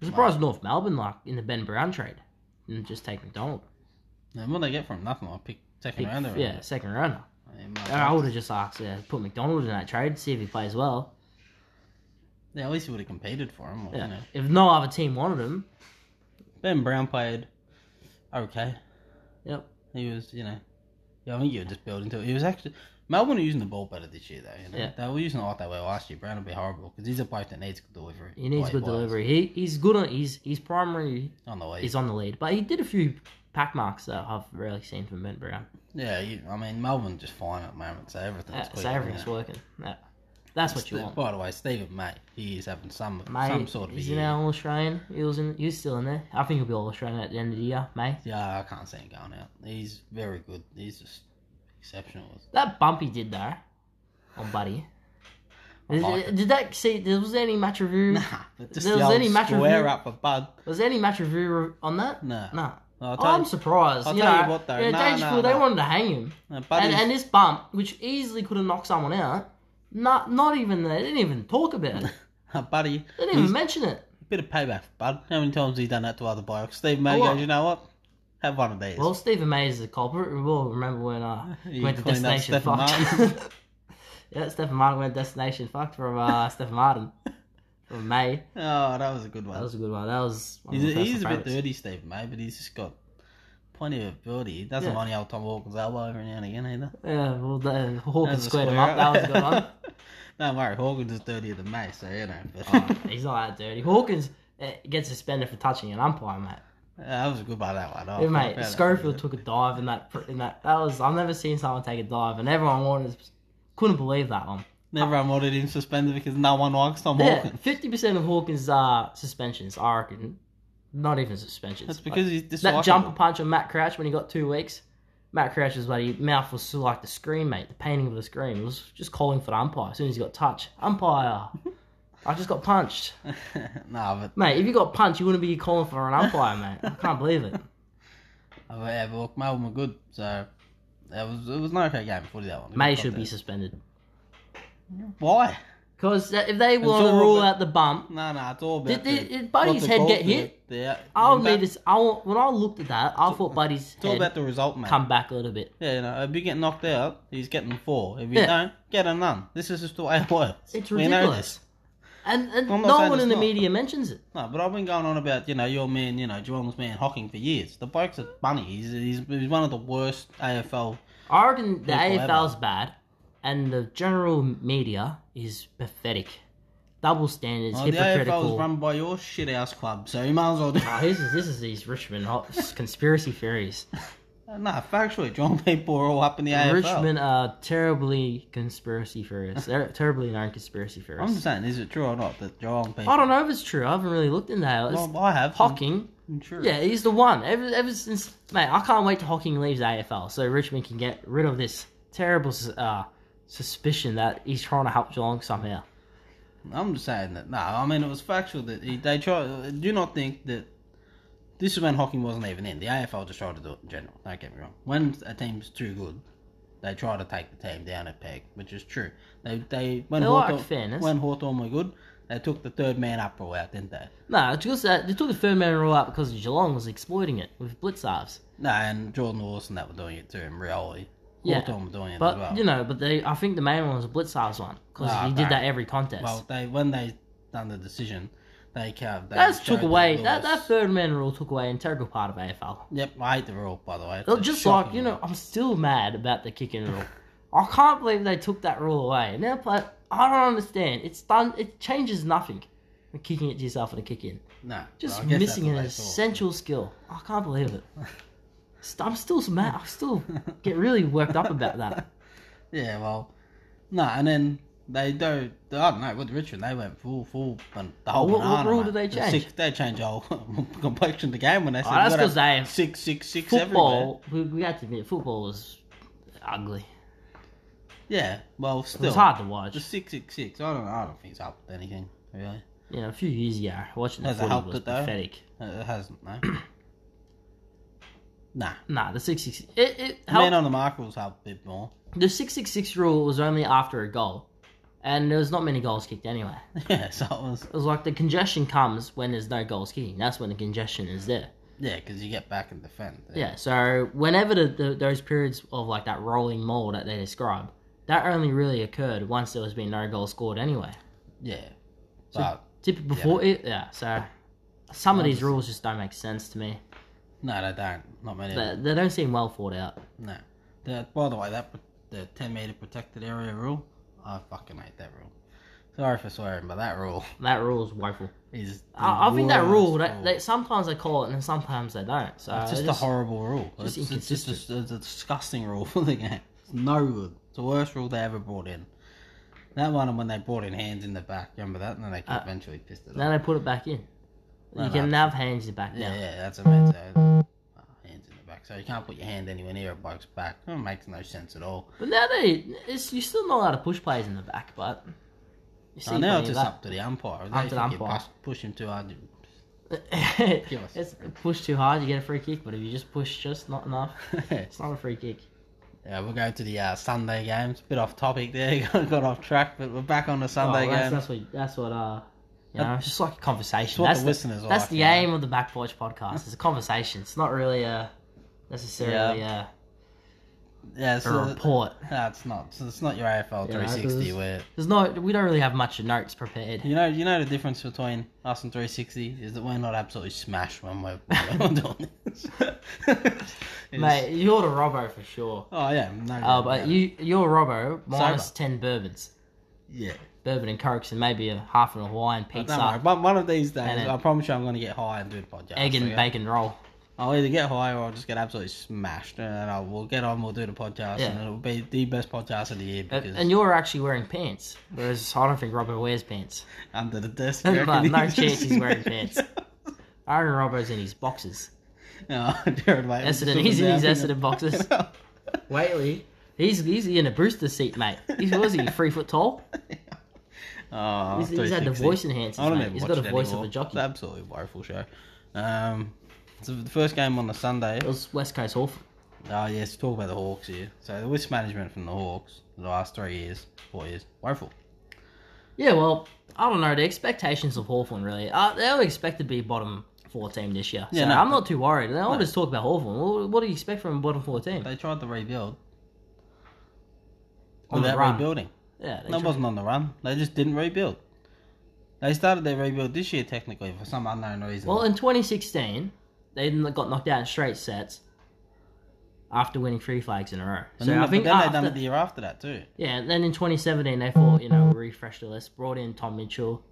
S2: I'm surprised North Melbourne like in the Ben Brown trade and just take McDonald.
S1: And what they get from nothing, I pick second
S2: Pick-
S1: round rounder.
S2: yeah, second rounder.
S1: I mean, my-
S2: And I would have just asked, yeah, put McDonald in that trade, see if he plays well.
S1: yeah, at least he would have competed for him. Or,
S2: Yeah.
S1: you know.
S2: If no other team wanted him,
S1: Ben Brown played okay.
S2: yep.
S1: He was, you know, yeah, I think you were just building to it. He was actually Melbourne are using the ball better this year, though. You know,
S2: Yeah.
S1: they were using it like they were last year. Brown would be horrible because he's a bloke that needs good delivery.
S2: He needs
S1: Way
S2: good
S1: plays
S2: delivery. He he's good on his his primary
S1: on the way.
S2: is on the lead, but he did a few pack marks that I've rarely seen from Ben Brown.
S1: Yeah, you, I mean Melbourne just fine at the moment, so everything's
S2: Yeah,
S1: quick,
S2: so
S1: you know.
S2: everything's working. Yeah. That's what you
S1: Ste-
S2: want.
S1: By the way, Stephen May, he is having some
S2: Mate,
S1: some sort of
S2: he's
S1: year.
S2: in our All Australian. He was in. He's still in there. I think he'll be All Australian at the end of the year, May.
S1: Yeah, I can't see him going out. He's very good. He's just exceptional.
S2: That bump he did though, on Buddy.
S1: I like
S2: Did, did that see? There was any match review?
S1: Nah, but just
S2: Mm.
S1: the
S2: There was
S1: old
S2: any match
S1: square
S2: review-
S1: up for Bud.
S2: Was there any match review on that?
S1: Nah.
S2: No.
S1: I'll
S2: Oh,
S1: tell
S2: I'm
S1: you,
S2: surprised.
S1: I'll
S2: you
S1: tell
S2: know,
S1: you what, though.
S2: you know,
S1: Nah,
S2: Dangerfield,
S1: nah,
S2: they
S1: nah.
S2: wanted to hang him,
S1: uh, Bud
S2: and,
S1: is-
S2: and this bump, which easily could have knocked someone out. Not, not even they didn't even talk about it.
S1: Uh, Buddy,
S2: They didn't
S1: he's
S2: even mention it.
S1: a bit of payback for Bud. How many times has he done that to other blokes? Steve May
S2: A lot.
S1: goes, you know what? Have one of these.
S2: Well, Stephen May is the culprit. We all remember when uh,
S1: He
S2: went to
S1: cleaned up
S2: Destination
S1: Stephen
S2: Fucked. yeah, Stephen Martin went Destination Fucked from uh, Stephen Martin. From May.
S1: oh, that was a good one.
S2: That was a good one. That was one
S1: he's
S2: of my personal
S1: he's a bit
S2: favourites.
S1: dirty, Steve May, but he's just got plenty of ability. He doesn't
S2: Yeah.
S1: mind the old Tom Walker's elbow every now and again either.
S2: Yeah, well, the, uh,
S1: That's
S2: Hawkins
S1: a
S2: squared him
S1: square
S2: up. That was a good one.
S1: Don't worry, Hawkins is dirtier than May, so you know. But,
S2: Oh, he's not that dirty. Hawkins eh, gets suspended for touching an umpire, mate.
S1: that was a good by that one. Oh, I
S2: Yeah,
S1: felt bad
S2: mate,
S1: about
S2: Schofield
S1: that.
S2: took a dive in that. In that, that was I've never seen someone take a dive, and everyone wanted, couldn't believe that one.
S1: Everyone wanted him suspended because no one likes Tom
S2: Yeah,
S1: Hawkins.
S2: fifty percent of Hawkins' uh, suspensions, I reckon, Not even suspensions.
S1: That's
S2: Like,
S1: because he's dislikable.
S2: that jumper punch on Matt Crouch when he got two weeks. Matt Crouch's bloody mouth was still like the screen, mate. The painting of the screen It was just calling for the umpire as soon as he got touch. Umpire, I just got punched,
S1: nah, but
S2: mate. If you got punched, you wouldn't be calling for an umpire, mate. I can't believe it.
S1: Uh, but yeah, but look, Melbourne were good, so it was it was an okay game of footy that one.
S2: May should be suspended
S1: Why?
S2: because if they
S1: It's
S2: want to
S1: all
S2: rule
S1: about-
S2: out the bump,
S1: No, no, it's all about.
S2: did,
S1: the-
S2: did, did
S1: what
S2: Buddy's
S1: the
S2: head
S1: goal
S2: get
S1: to
S2: hit?
S1: it. Yeah,
S2: I would
S1: remember?
S2: need this. I want- when I looked at that, I thought Buddy's
S1: It's all
S2: head
S1: about the result, mate.
S2: come back a little bit.
S1: Yeah, you know, if you get knocked out, he's getting four. If you
S2: Yeah.
S1: don't, get a none. This is just the way it works.
S2: It's
S1: We know
S2: ridiculous, and, and
S1: I'm not
S2: no
S1: saying
S2: one in
S1: it's
S2: the
S1: not.
S2: media mentions it.
S1: No, but I've been going on about, you know, your man, you know, Geelong's man, Hocking for years. The bloke's a bunny. He's, he's, he's one of the worst AFL.
S2: I reckon the
S1: People ever.
S2: AFL's bad, and the general media is pathetic. Double standards,
S1: Oh, the AFL
S2: hypocritical.
S1: is run by your shit house club, so you might as well do
S2: Oh, this is this is these Richmond hot conspiracy theories.
S1: Nah, factually, Geelong people are all up in the AFL.
S2: Richmond are terribly conspiracy theorists. They're terribly known conspiracy
S1: I'm just
S2: theorists.
S1: saying, is it true or not that Geelong people...
S2: I don't know if it's true. I haven't really looked into that. It's
S1: Well, I have.
S2: Hocking,
S1: I'm sure.
S2: yeah, he's the one. Ever ever since, mate, I can't wait till Hocking leaves AFL, so Richmond can get rid of this terrible uh, suspicion that he's trying to help Geelong somehow.
S1: I'm just saying that. No, I mean it was factual that he, they try. Do not think that this is when Hocking wasn't even in. The AFL just tried to do it in general. Don't get me wrong. When a team's too good, they try to take the team down a peg, which is true. They they when
S2: They like
S1: Hawthorn
S2: fairness.
S1: when Hawthorn were good, they took the third man up rule out, didn't they?
S2: No, it's just that they took the third man rule out because Geelong was exploiting it with blitz halves.
S1: No, and Jordan Lawson that were doing it too, and Rioli.
S2: Yeah,
S1: Hawthorn were doing it
S2: But
S1: as well.
S2: you know, but they I think the main one was a blitz halves one because
S1: Nah,
S2: he did
S1: nah.
S2: that every contest.
S1: well, they when they done the decision, they carved. they
S2: That's
S1: showed
S2: took away
S1: Lewis-
S2: that, that third man rule took away an integral part of AFL.
S1: Yep, I hate the rule by the way. It's
S2: Well,
S1: a
S2: just
S1: shocking
S2: like you
S1: rule.
S2: know, I'm still mad about the kicking rule. I can't believe they took that rule away. Now, play, I don't understand. It's done. It changes nothing. The kicking it to yourself and a kick in.
S1: No,
S2: Just
S1: well, I guess that's
S2: missing
S1: what
S2: an
S1: they thought.
S2: essential skill. I can't believe it. St- I'm still s- mad. I still get really worked up about that.
S1: Yeah, well, no, and then they do. they- I don't know with Richmond, they went full, full, and the whole
S2: What- what
S1: banana,
S2: rule
S1: mate.
S2: did they
S1: The
S2: change?
S1: Six, they changed the whole complexion of the game when they said
S2: Oh, that's
S1: you gotta
S2: 'cause they-
S1: have six, six, six everywhere.
S2: Football. We, we had to admit, football was ugly.
S1: Yeah, well,
S2: It was
S1: still
S2: hard to watch.
S1: the six, six, six. I don't know. I don't think it's helped anything really.
S2: You know, a few years ago, watching the
S1: Has it
S2: footy
S1: helped
S2: was
S1: it though?
S2: pathetic.
S1: Uh, It hasn't. No. nah.
S2: Nah, the six six. It, it helped.
S1: Man on the mark rules helped a bit more.
S2: The 666 rule was only after a goal, and there was not many goals kicked anyway.
S1: Yeah, so it was.
S2: It was like the congestion comes when there's no goals kicking. That's when the congestion is there.
S1: Yeah, because you get back and defend.
S2: Yeah, so whenever the, the, those periods of like that rolling mole that they describe, that only really occurred once there was been no goal scored anyway.
S1: Yeah.
S2: So-
S1: But
S2: Tip before it, yeah. So some of these rules just don't make sense to me.
S1: no, they don't. Not many. of them.
S2: They, they don't seem well thought out.
S1: No. That, by the way, that the ten meter protected area rule, I fucking hate that rule. Sorry for swearing, but that rule
S2: That rule is woeful.
S1: is. the
S2: I, I think that
S1: worst
S2: rule, that, that sometimes they call it and sometimes they don't. So
S1: it's just
S2: it
S1: a horrible rule.
S2: just
S1: it's, it's just a, it's a disgusting rule for the game. It's no good. It's the worst rule they ever brought in. That one, and when they brought in hands in the back, remember that? And then they
S2: Uh,
S1: eventually pissed it off.
S2: Now they put it back in.
S1: No,
S2: you
S1: no,
S2: can now have hands in back
S1: Yeah,
S2: now.
S1: yeah, that's what I meant. So, uh, hands in the back. So you can't put your hand anywhere near a bloke's back. It makes no sense at all.
S2: But now they, it's, you're still not allowed to push players in the back, but you see
S1: So now
S2: plenty
S1: it's
S2: of
S1: just up to the umpire. They
S2: Up to the
S1: think you
S2: umpire.
S1: push- Push him too hard, you
S2: that.
S1: Give us a
S2: it's push too hard, you get a free kick. But if you just push just not enough, it's not a free kick.
S1: yeah, we'll go to the uh, Sunday games. Bit off topic there, got, got off track, but we're back on the
S2: Oh,
S1: Sunday
S2: that's,
S1: games.
S2: that's what. That's what. Uh, you
S1: That-
S2: know, it's just like a conversation.
S1: It's what
S2: that's
S1: the listeners
S2: that's
S1: like,
S2: the
S1: you know.
S2: aim of the Back Porch Podcast. It's a conversation. It's not really a necessarily uh
S1: Yeah,
S2: a,
S1: so
S2: report.
S1: that's not so it's not your AFL
S2: Yeah,
S1: 360
S2: because-
S1: where
S2: There's no. We don't really have much notes prepared.
S1: you know you know the difference between us and 360 is that we're not absolutely smashed when we're, when we're doing this. It's-
S2: Mate, you're the Robbo for sure.
S1: Oh yeah, no.
S2: Oh,
S1: doubt
S2: but
S1: about it.
S2: you you're Robbo minus ten bourbons,
S1: yeah.
S2: bourbon and cokes, and maybe a half of a Hawaiian
S1: But Don't worry.
S2: pizza,
S1: But one of these
S2: And
S1: days,
S2: then-
S1: I promise you, I'm going to get high and do a podcast.
S2: egg and
S1: okay?
S2: bacon roll.
S1: I'll either get high or I'll just get absolutely smashed, and then I'll, we'll get on. We'll do the podcast,
S2: Yeah.
S1: and it'll be the best podcast of the year
S2: And,
S1: because
S2: and you're actually wearing pants, whereas I don't think Robbo wears pants.
S1: under the desk.
S2: But
S1: you reckon
S2: no
S1: he's
S2: chance he's
S1: just-
S2: wearing pants. Aaron Robbo's in his boxes.
S1: No, Jared Waitley.
S2: Essendon, he's in his Essendon boxes. Waitley, he's he's in a booster seat, mate. He's what is he three foot tall?
S1: oh,
S2: He's, he's had the
S1: 360.
S2: voice enhancers,
S1: I don't
S2: mate.
S1: even
S2: He's
S1: watch
S2: got a
S1: it
S2: voice
S1: anymore.
S2: of a jockey.
S1: It's an absolutely woeful show. Um, so the first game on the Sunday.
S2: It was West Coast Hawth.
S1: Oh yes, talk about the Hawks here. So the risk management from the Hawks the last three years, four years, woeful.
S2: Yeah, well, I don't know. The expectations of Hawthorn really, uh, they were expected to be bottom four team this year.
S1: Yeah,
S2: so
S1: no,
S2: I'm not too worried. They all
S1: No.
S2: just talk about Hawthorn. What, what do you expect from a bottom four team?
S1: They tried to rebuild
S2: On the
S1: without
S2: run.
S1: rebuilding.
S2: yeah, they
S1: That
S2: tr-
S1: wasn't on the run. They just didn't rebuild. They started their rebuild this year technically for some unknown reason.
S2: Well, in 2016, they n- got knocked out in straight sets after winning three flags in a row.
S1: and
S2: so
S1: then,
S2: I think
S1: but then
S2: after-
S1: they done it the year after that too.
S2: yeah, and then in 2017 they thought you know refreshed the list, brought in Tom Mitchell,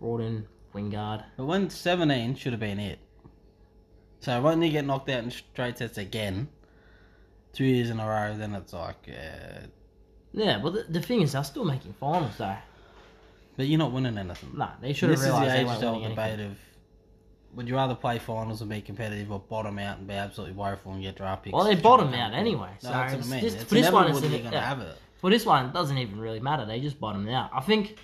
S2: brought in Wingard.
S1: But when seventeen should have been it. So when you get knocked out in straight sets again, two years in a row, then it's like, uh,
S2: Yeah, but the, the thing is they're still making finals though.
S1: but you're not winning anything.
S2: Nah, they should have
S1: This is
S2: realised
S1: the
S2: they
S1: age
S2: weren't winning
S1: old
S2: anything.
S1: debate of would you rather play finals and be competitive or bottom out and be absolutely woeful and get draft picks?
S2: Well, they
S1: to try
S2: bottom
S1: and-
S2: out anyway,
S1: No,
S2: so
S1: that's what I
S2: it's
S1: mean.
S2: just-
S1: it's
S2: for this one,
S1: inevitable
S2: it's
S1: that
S2: in-
S1: you're gonna
S2: yeah.
S1: have it.
S2: For this one, it doesn't even really matter. They just bottomed out. I think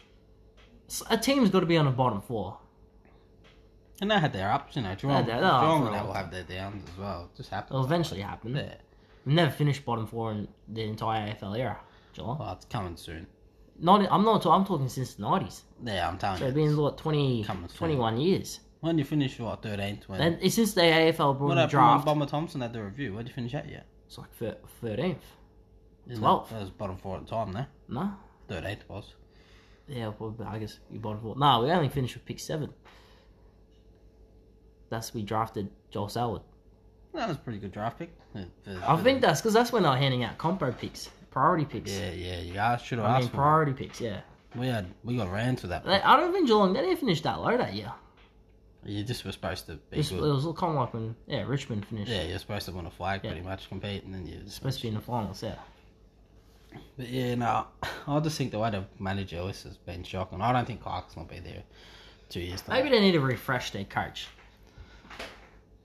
S2: s- a team's got to be on a bottom four.
S1: And they had their ups, you know. Geelong,
S2: their-
S1: Geelong
S2: they're up for
S1: and
S2: a
S1: that
S2: long
S1: will have their downs as well. It just happens.
S2: It'll eventually happen.
S1: Yeah.
S2: We've never finished bottom four in the entire AFL era. Geelong.
S1: Well, it's coming soon.
S2: Not, I'm not. I'm talking since the nineties.
S1: Yeah, I'm telling
S2: So it's
S1: you.
S2: been what 20,
S1: Coming soon.
S2: 21 years.
S1: When you finish what thirteenth, when
S2: Then it's since the AFL brought
S1: what
S2: in
S1: happened
S2: the
S1: when
S2: draft.
S1: Bomber Thompson had the review? Where did you finish at? Yeah,
S2: It's like
S1: Isn't
S2: thirteenth.
S1: that-
S2: Twelfth.
S1: That was bottom four at the time. There,
S2: No.
S1: thirteenth was.
S2: Yeah. Well, I guess you bottom four. No, we only finished with pick seven. That's we drafted Joel Salwood.
S1: That was a pretty good draft pick. Uh, for-
S2: I
S1: for
S2: think
S1: the-
S2: that's because that's when they were handing out compo picks, priority picks.
S1: Yeah, yeah, you guys should have
S2: I mean,
S1: asked for.
S2: priority picks. Yeah.
S1: it. We had we got ran to that.
S2: They, I don't think Geelong they didn't finish that low that year.
S1: You just were supposed to be
S2: It was, it
S1: good.
S2: was kind of like when yeah Richmond finished.
S1: Yeah, you're supposed to win a flag
S2: Yeah.
S1: pretty much, compete, and then you're just
S2: Supposed to be in the finals. Yeah.
S1: But yeah, no, I just think the way to manage Ellis has been shocking. I don't think Clark's going to be there two years time.
S2: Maybe they need to refresh their coach.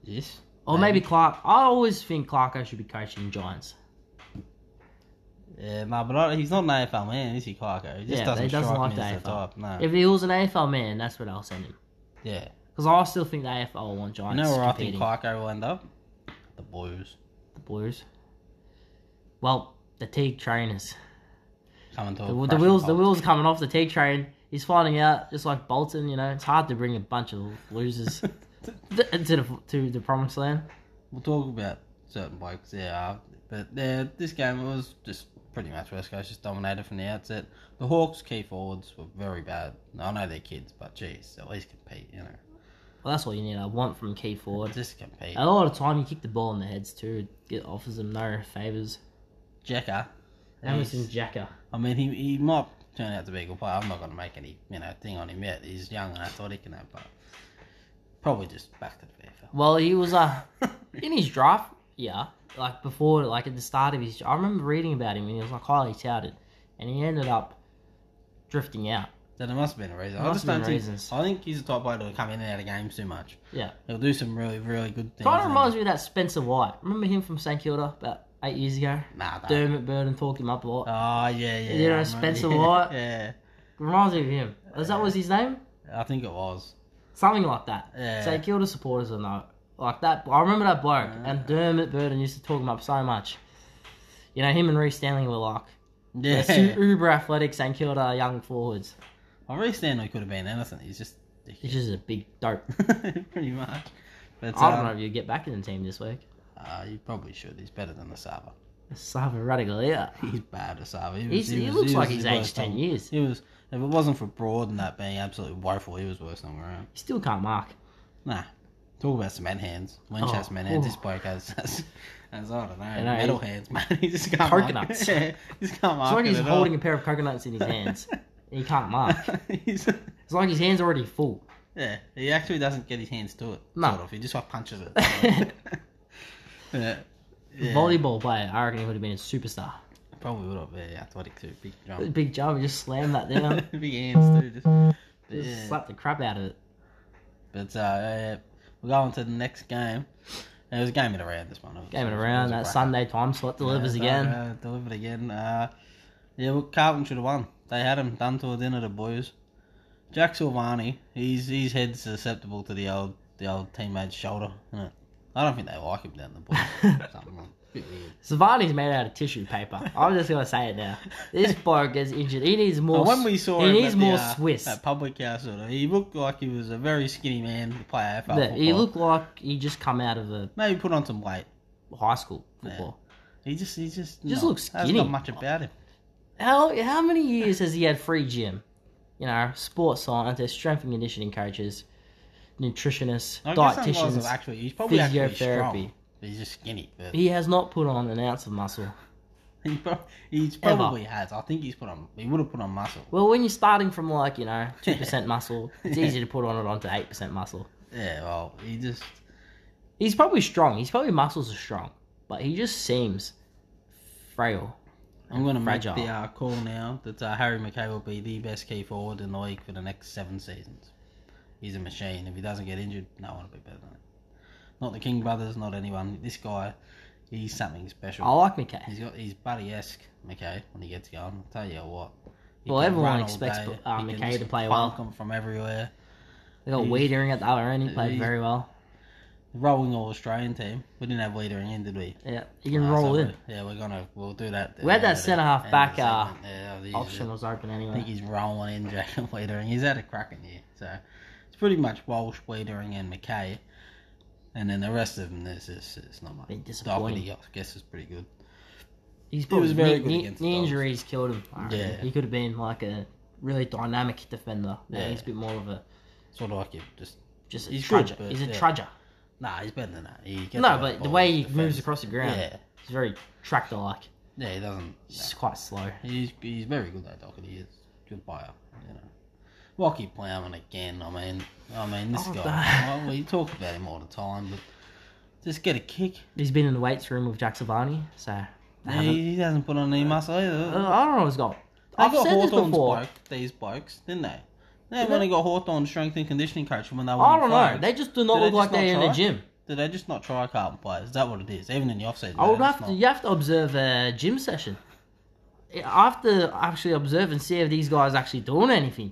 S1: Yes.
S2: Or maybe Clark. I always think Clarko should be coaching Giants.
S1: Yeah, no, but I, he's not an AFL man, is he, Clarko? He just
S2: Yeah,
S1: doesn't,
S2: he doesn't
S1: strike
S2: like
S1: me
S2: the
S1: as the
S2: AFL.
S1: type, no.
S2: If he was an AFL man, that's what I'll send him.
S1: yeah.
S2: Because I still think the AFL want
S1: You
S2: Giants
S1: know where I think
S2: competing.
S1: Clarko will end up? The Blues.
S2: the Blues. Well, the Teague trainers.
S1: Coming to a
S2: The, the
S1: crushing
S2: wheels, the
S1: halt.
S2: wheels coming off the Teague train. He's finding out, just like Bolton. You know, it's hard to bring a bunch of losers th- to the to the promised land.
S1: We'll talk about certain blokes there, after, but yeah, this game was just pretty much West Coast just dominated from the outset. The Hawks' key forwards were very bad. I know they're kids, but geez, at least compete, you know.
S2: Well, that's all you need. I want from key forward.
S1: Just compete.
S2: A lot of time, you kick the ball in their heads too. It offers them no favors.
S1: Jacker.
S2: Emerson
S1: he's-
S2: Jacker.
S1: I mean, he, he might turn out to be a good player. I'm not going to make any you know thing on him yet. He's young and athletic and that, but probably just back to the
S2: Well, he was uh
S1: AFL.
S2: in his draft, yeah, like before, like at the start of his, I remember reading about him and he was like highly touted, and he ended up drifting out.
S1: then there must have been a reason.
S2: There
S1: I
S2: must
S1: just
S2: have
S1: don't
S2: been
S1: think.
S2: reasons.
S1: I think he's the type player to come in and out of games too much.
S2: Yeah,
S1: He'll do some really really good things.
S2: kind of reminds me of that Spencer White. Remember him from St Kilda about eight years ago?
S1: Nah, that.
S2: Dermot Burden talked him up a lot.
S1: Oh yeah, yeah.
S2: You know,
S1: I remember-
S2: Spencer
S1: yeah,
S2: White.
S1: Yeah,
S2: Reminds me of him. Is that was his name?
S1: I think it was.
S2: Something like that.
S1: Yeah.
S2: St Kilda supporters or not. Like that, I remember that bloke, and Dermot Burden used to talk him up so much. You know, him and Reece Stanley were like
S1: Yeah,
S2: su- uber athletic St Kilda young forwards.
S1: I really stand he could have been innocent. He's just
S2: He's just a big dope.
S1: pretty much. But
S2: I don't
S1: um,
S2: know if you get back in the team this week.
S1: uh, you probably should. He's better than Asava.
S2: Sava Radical, yeah.
S1: He's bad Asava. He,
S2: He's,
S1: was,
S2: he,
S1: was-
S2: looks
S1: he
S2: like
S1: was
S2: he's
S1: worse
S2: aged 10
S1: than-
S2: years.
S1: He was. If it wasn't for Broad and that being absolutely woeful, he was worse than we're at.
S2: He still can't mark.
S1: Nah. Talk about cement hands. Lynch
S2: Oh,
S1: has cement hands.
S2: oh.
S1: This bloke has, has, has, I don't know,
S2: know,
S1: metal hands, man. He just can't
S2: Coconuts.
S1: Mark. Yeah, he just can't
S2: It's
S1: mark
S2: like
S1: it
S2: he's
S1: at
S2: holding a pair of coconuts in his hands. and he can't mark.
S1: all. he's,
S2: It's like his hand's already full.
S1: yeah, he actually doesn't get his hands to it.
S2: No.
S1: Sort of. He just like punches it. yeah. Yeah.
S2: Volleyball player, I reckon he would have been a superstar.
S1: Probably would have been athletic too. Big jump.
S2: Big jump, just slam that down.
S1: Big hands too. Just,
S2: just
S1: yeah.
S2: slap the crap out of it.
S1: But uh, yeah, we'll go on to the next game. It was game of the round. This one.
S2: Game it
S1: It was- it
S2: around
S1: was a
S2: that
S1: cracker.
S2: Sunday time slot delivers
S1: Yeah,
S2: again.
S1: Uh, delivered again. Uh, yeah, well, Carlton should have won. They had him done to a dinner, the boys. Jack Silvani, he's his head's susceptible to the old the old teammate's shoulder. innit? I don't think they like him down the boys. Something like bit weird.
S2: Savani's made out of tissue paper. I'm just gonna say it now. This bloke is injured. He needs more.
S1: But when we saw
S2: he
S1: him
S2: needs
S1: at the,
S2: more
S1: uh,
S2: Swiss.
S1: at public house, sort of, he looked like he was a very skinny man to play AFL
S2: Yeah, he
S1: football.
S2: looked like he just come out of a
S1: Maybe put on some weight.
S2: high school football.
S1: He just he just
S2: Just
S1: no,
S2: looks
S1: hasn't
S2: skinny.
S1: got much about him.
S2: How how many years has he had free gym? You know, sports scientists, strength and conditioning coaches, nutritionists,
S1: I guess that was
S2: dietitians.
S1: actually he's probably actually strong.
S2: physiotherapy.
S1: but He's just skinny. But
S2: He has not put on an ounce of muscle.
S1: He pro- he's
S2: Ever.
S1: probably has. I think he's put on. He would have put on muscle.
S2: Well, when you're starting from like you know two percent muscle, it's
S1: Yeah.
S2: easy to put on it onto eight percent muscle.
S1: Yeah. Well, he just.
S2: He's probably strong. He's probably muscles are strong, but he just seems frail.
S1: I'm going to make
S2: Fragile.
S1: the uh, call now that uh, Harry McKay will be the best key forward in the league for the next seven seasons. He's a machine. If he doesn't get injured, no one will be better than him. Not the King brothers. Not anyone. This guy, he's something special.
S2: I like McKay.
S1: He's got he's buddy esque McKay when he gets going. I'll tell you what. He
S2: Well,
S1: can
S2: everyone
S1: run all
S2: expects,
S1: day.
S2: uh,
S1: He can
S2: McKay to
S1: just
S2: play
S1: punk
S2: well.
S1: him from everywhere.
S2: They got
S1: he's-
S2: Weedering at the other end. He played
S1: he's-
S2: very well.
S1: Rolling all Australian team. We didn't have Leadering in, did we?
S2: Yeah, he can
S1: Uh,
S2: roll
S1: so
S2: in.
S1: we're- Yeah, we're gonna we'll do that.
S2: We had that
S1: End of the-
S2: centre-half
S1: end of the
S2: back, uh,
S1: segment. yeah, he's-
S2: Option was open
S1: I think
S2: anyway.
S1: he's rolling in Jacob Wiedering. He's had a cracking year, so it's pretty much Walsh, Wiedering, and McKay, and then the rest of them. There's just it's not much.
S2: Bit disappointing.
S1: Doherty, I guess, is pretty good.
S2: He's
S1: he was
S2: probably-
S1: very
S2: knee-
S1: good
S2: knee-
S1: against the
S2: knee
S1: Dogs.
S2: injuries killed him. I reckon.
S1: Yeah.
S2: he could have been like a really dynamic defender. Yeah,
S1: Yeah.
S2: he's a bit more of a
S1: Sort of like him. Just
S2: just a
S1: He's good,
S2: trudger.
S1: but
S2: he's a
S1: yeah.
S2: trudger.
S1: nah, he's better than that. He gets
S2: No,
S1: away
S2: but the
S1: ball,
S2: way he
S1: defends.
S2: moves across the ground,
S1: Yeah,
S2: he's very tractor like.
S1: yeah, he doesn't.
S2: He's quite slow.
S1: He's he's very good though, Doherty. He is good player. You know, Rocky Plowman again. I mean, I mean this
S2: Oh,
S1: guy.
S2: that-
S1: Well, we talk about him all the time, but just get a kick.
S2: He's been in the weights room with Jack Savani, so they
S1: Yeah,
S2: haven't-
S1: he, he hasn't put on any muscle
S2: Uh,
S1: either.
S2: I don't know what's got.
S1: they
S2: I've
S1: got
S2: said this
S1: Hawthorn's
S2: before.
S1: bloke, these blokes, didn't they? They
S2: Did
S1: when
S2: they?
S1: they got Hawthorn strength and conditioning coach when they were.
S2: I don't know. They just do not
S1: Do they
S2: look like
S1: just not
S2: they're in a
S1: try?
S2: gym.
S1: Did they just not try Carlton players? Is that what it is? Even in the off season.
S2: I would have to. You have to observe a gym session. I have to actually observe and see if these guys are actually doing anything,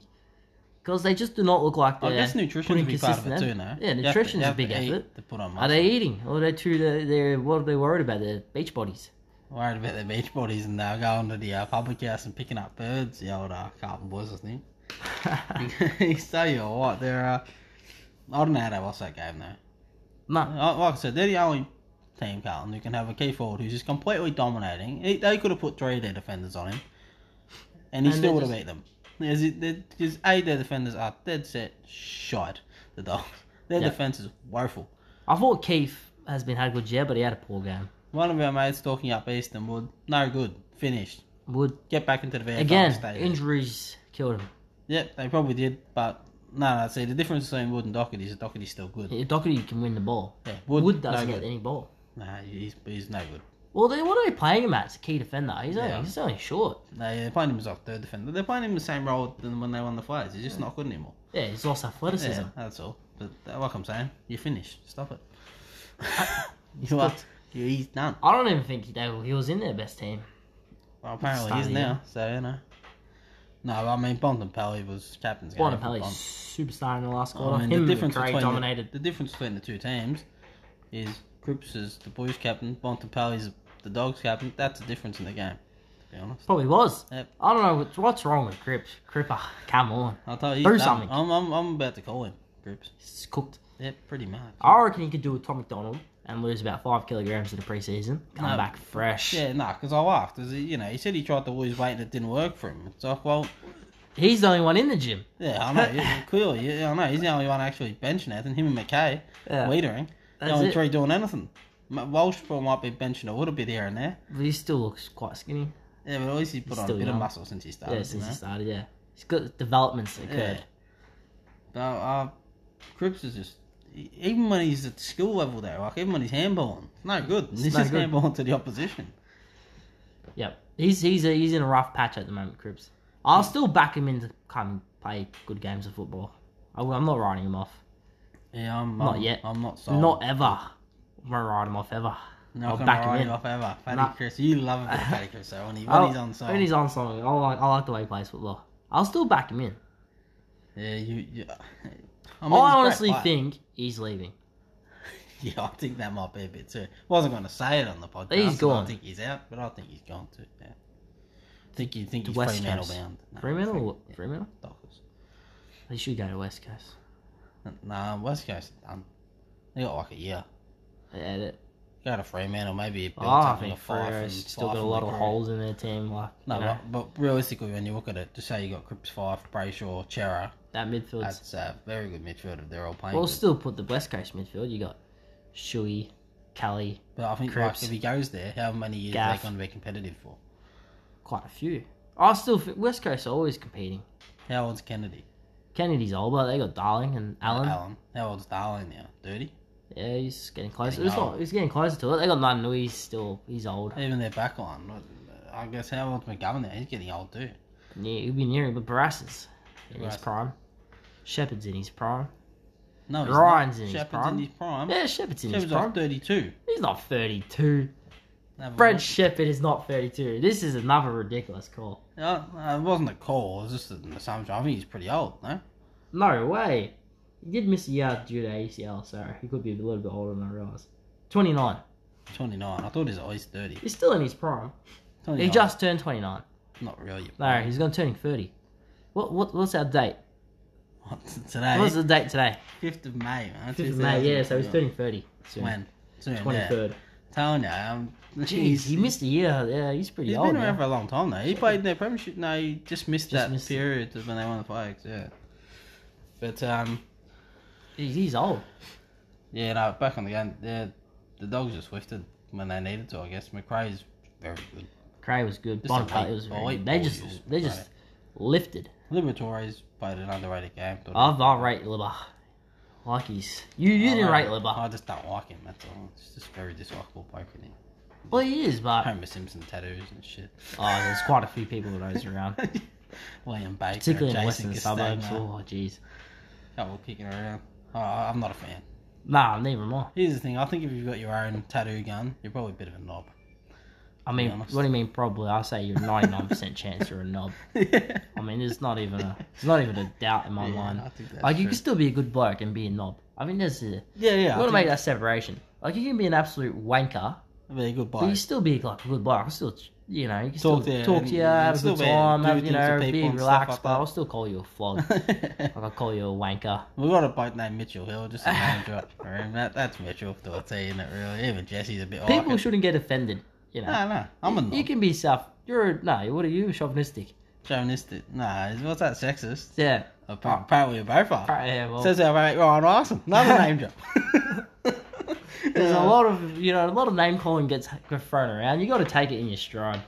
S2: because they just do not look like
S1: I
S2: they're.
S1: guess nutrition
S2: putting
S1: would be part of it
S2: consistent
S1: too, no?
S2: effort. Yeah,
S1: You have to-
S2: nutrition's
S1: you
S2: a
S1: have
S2: big
S1: to eat
S2: effort.
S1: To put on muscle.
S2: Are they eating? Or are they too? They're, they're what are they worried about? They're beach bodies.
S1: worried about their beach bodies and they're going to the uh, public house and picking up birds, the old uh, Carlton boys, I think. He's tell you what, they're. Uh, I don't know how they lost that game though. Uh,
S2: no,
S1: Like like I said, they're the only team, Carlton, who can have a key forward who's just completely dominating. He, they could have put three of their defenders on him, and he
S2: And they
S1: still would have
S2: just-
S1: beat them. There's, there's eight of their defenders are dead set shite. The dogs, their
S2: Yeah.
S1: defense is woeful.
S2: I thought Keith has been had a good year, but he had a poor game.
S1: One of our mates talking up Eastern Wood, no good, finished.
S2: Wood
S1: Get back into the VFL
S2: again,
S1: stage.
S2: injuries killed him.
S1: Yep, they probably did, but no, no. See, the difference between Wood and Doherty is that Doherty's still good.
S2: Yeah, Doherty can win the ball.
S1: Yeah,
S2: Wood,
S1: Wood,
S2: doesn't
S1: no
S2: get
S1: good.
S2: any ball.
S1: Nah, he's, he's no good.
S2: Well, then what are they playing him at? It's a key defender. He's only
S1: Yeah.
S2: he's only short.
S1: They, they're playing him as a third defender. They're playing him the same role than when they won the Flyers. He's just not good anymore.
S2: Yeah, he's lost athleticism.
S1: Yeah, that's all. But uh, like I'm saying, you're finished. Stop it. you are, you, he's done.
S2: I don't even think they, he was in their best team.
S1: Well, apparently
S2: Start
S1: he is
S2: again.
S1: now, so you know. No, I mean, Bontempelli was captain's game. for
S2: Bonapelli,
S1: Bont-
S2: superstar in the last quarter.
S1: I mean,
S2: Him
S1: the
S2: and
S1: difference
S2: Craig
S1: between
S2: dominated.
S1: The, the difference between the two teams is Cripps is the boys captain, Bontempelli's the dogs captain. That's the difference in the game. To be honest,
S2: Probably was.
S1: Yep.
S2: I don't know what's, what's wrong with Cripps. Cripper, come on,
S1: I'll tell you.
S2: Do
S1: he's done.
S2: something.
S1: I'm, I'm, I'm about to call him Cripps.
S2: he's cooked.
S1: Yeah, pretty much.
S2: I reckon he could do with Tom McDonald and lose about five kilograms in the preseason. Come
S1: No.
S2: back fresh.
S1: Yeah, nah, because I laughed. 'cause he, you know, he said he tried to lose weight and it didn't work for him. It's like, well,
S2: He's the only one in the gym.
S1: yeah, I know. yeah, clearly, yeah, I know. He's the only one actually benching it, and him and McKay
S2: Yeah.
S1: leadering. The
S2: That's
S1: only
S2: it.
S1: three doing anything. M- Walsh probably might be benching a little bit here and there.
S2: But he still looks quite skinny.
S1: Yeah, but at least he put
S2: He's
S1: on a
S2: still
S1: bit of
S2: young.
S1: muscle since he started.
S2: yeah,
S1: you
S2: since
S1: know?
S2: he started, yeah. He's got developments that occurred.
S1: But uh, Cripps is just even when he's at school level there, like even when he's handballing, it's no good. And
S2: It's
S1: This
S2: no
S1: is
S2: good.
S1: handballing to the opposition.
S2: Yep. He's he's a, he's in a rough patch at the moment, Cripps. I'll still back him in to come play good games of football. I, am not writing him off.
S1: Yeah, I'm
S2: Not
S1: I'm-
S2: yet.
S1: I'm not sold.
S2: Not ever. I'm gonna write him off ever.
S1: No,
S2: I'll
S1: come
S2: back him
S1: right
S2: in.
S1: off ever. Fatty
S2: Nah.
S1: Chris, you love a bit of Fatty Chris. So when, he, when
S2: I'll-
S1: he's on side,
S2: When he's on song, I like, I like the way he plays football. I'll still back him in.
S1: yeah, you. you I, he's a
S2: I
S1: great
S2: honestly
S1: player.
S2: think he's leaving.
S1: Yeah, I think that might be a bit too. Wasn't going to say it on the podcast.
S2: He's
S1: and I
S2: gone.
S1: think he's out, but I think he's gone too. Yeah. Think you think
S2: To
S1: he's
S2: West
S1: Fremantle
S2: Coast.
S1: bound? No,
S2: Fremantle or Fremantle?
S1: Dockers.
S2: They should go to West Coast.
S1: Nah, West Coast. Um, they got like a year.
S2: I add it.
S1: Go to Fremantle, maybe it builds
S2: Oh, I
S1: up in
S2: think
S1: a five.
S2: Freo's
S1: and
S2: still
S1: five
S2: got a
S1: from
S2: lot
S1: the
S2: of
S1: career.
S2: holes in their team. Like,
S1: No,
S2: you know,
S1: but, but realistically, when you look at it, just say you got Cripps Five, Brayshaw, Chera,
S2: that midfield's
S1: that's a very good midfield if they're all playing.
S2: Well,
S1: good.
S2: still put the West Coast midfield. You got Shuey, Kelly,
S1: But I think
S2: Cripps.
S1: like, if he goes there, how many years are they
S2: Gaff.
S1: going to be competitive for?
S2: quite a few. I still think West Coast are always competing.
S1: How old's Kennedy? Uh,
S2: Kennedy's old, but they got Darling and Allen.
S1: Allen. How old's Darling now? Thirty.
S2: Yeah, he's getting closer.
S1: Getting
S2: He's
S1: old.
S2: not. He's getting closer to it. They got Nanui. He's still. He's old.
S1: Even their back line. look, I guess how old's McGovern now? He's getting old too.
S2: Yeah, he'll be near him. But Barassa's in his
S1: Barassi.
S2: prime. Shepherd's in his prime.
S1: No, he's
S2: Ryan's
S1: not.
S2: in his
S1: Shepherd's
S2: prime.
S1: in his prime.
S2: Yeah, Shepherd's in
S1: Shepherd's
S2: his prime.
S1: like thirty-two.
S2: He's not 32.
S1: Have a
S2: Brad
S1: look.
S2: Shepherd is not 32. This is another ridiculous call.
S1: No, no, uh, it wasn't a call. It was just an assumption. I think he's pretty old. No.
S2: No way. He did miss a year due to ACL, so he could be a little bit older than I realised. 29.
S1: 29. I thought he was at least 30.
S2: He's still in his prime.
S1: 29.
S2: He just turned 29.
S1: Not really.
S2: No, he's going to turn 30. What, what What's our date?
S1: Today,
S2: What's the date today?
S1: 5th of May, man.
S2: 5th of May, yeah, so he's
S1: 2021.
S2: turning 30 soon.
S1: When? Soon, 23rd.
S2: 23rd.
S1: Telling you, um,
S2: Jeez, he missed a year. Yeah, he's pretty
S1: He's
S2: old.
S1: been around
S2: now.
S1: for a long time now. He played in their premiership. No, he just missed
S2: Just
S1: that
S2: missed it.
S1: period when they won the flags. Yeah, but um,
S2: Jeez, he's old.
S1: yeah, no, back on the game. The the dogs just swifted when they needed to. I guess McRae's very good.
S2: Cray was good.
S1: Just
S2: Bottom
S1: a
S2: part,
S1: late-
S2: it was
S1: a
S2: very
S1: late
S2: good. They
S1: ball
S2: just,
S1: use,
S2: they just lifted.
S1: Liberatores played an underrated game. but-
S2: I've, I'll rate Libba. Like he's... Oh, You, you
S1: I
S2: didn't
S1: like-
S2: rate Libba.
S1: I just don't like him. That's all. It's just very dislikable poking him.
S2: Well, he is, but...
S1: Homer Simpson tattoos and shit.
S2: Uh, Oh, there's quite a few people with those around,
S1: William Baker,
S2: particularly in the
S1: Jason
S2: western suburbs.
S1: Castagna,
S2: Oh, jeez.
S1: couple kicking around. Oh, I- I'm not a fan.
S2: Nah, never more.
S1: Here's the thing. I think if you've got your own tattoo gun, you're probably a bit of a knob.
S2: I mean,
S1: honest.
S2: what do you mean? Probably, I say you're 99% chance you're a knob.
S1: yeah,
S2: I mean, there's not even a, there's not even a doubt in my
S1: I
S2: mind.
S1: think that's
S2: Like, you
S1: true.
S2: can still be a good bloke and be a knob. I mean, there's a, you
S1: yeah, yeah. I
S2: want
S1: think
S2: to make that separation. Like, you can be an absolute wanker,
S1: that'd be a good
S2: but you
S1: buy.
S2: still be like a good bloke. I still, you know, you can
S1: Talk
S2: still
S1: to you
S2: talk
S1: and-
S2: to you,
S1: and
S2: have a
S1: still
S2: good
S1: be-
S2: time,
S1: do
S2: have, you
S1: things to
S2: know,
S1: people
S2: be
S1: and stuff
S2: relaxed,
S1: like
S2: but
S1: that.
S2: I'll still call you a flog. like, I'll call you a wanker.
S1: we got a bloke named Mitchell Hill, just a name drop. for him. That, that's Mitchell to a T, isn't it, really? Even Jesse's a bit off.
S2: People shouldn't get offended, you know.
S1: No, no. I'm a
S2: You
S1: knob.
S2: can be self. You're a, no. What are you? Chauvinistic.
S1: Chauvinistic. Nah, is- what's that, sexist?
S2: Yeah. Oh.
S1: Appa- Apparently, we both are.
S2: Right, yeah well,
S1: Says our mate Ryan Larson. Another name drop.
S2: there's
S1: uh,
S2: a lot of you know a lot of name calling gets thrown around. You got to take it in your stride.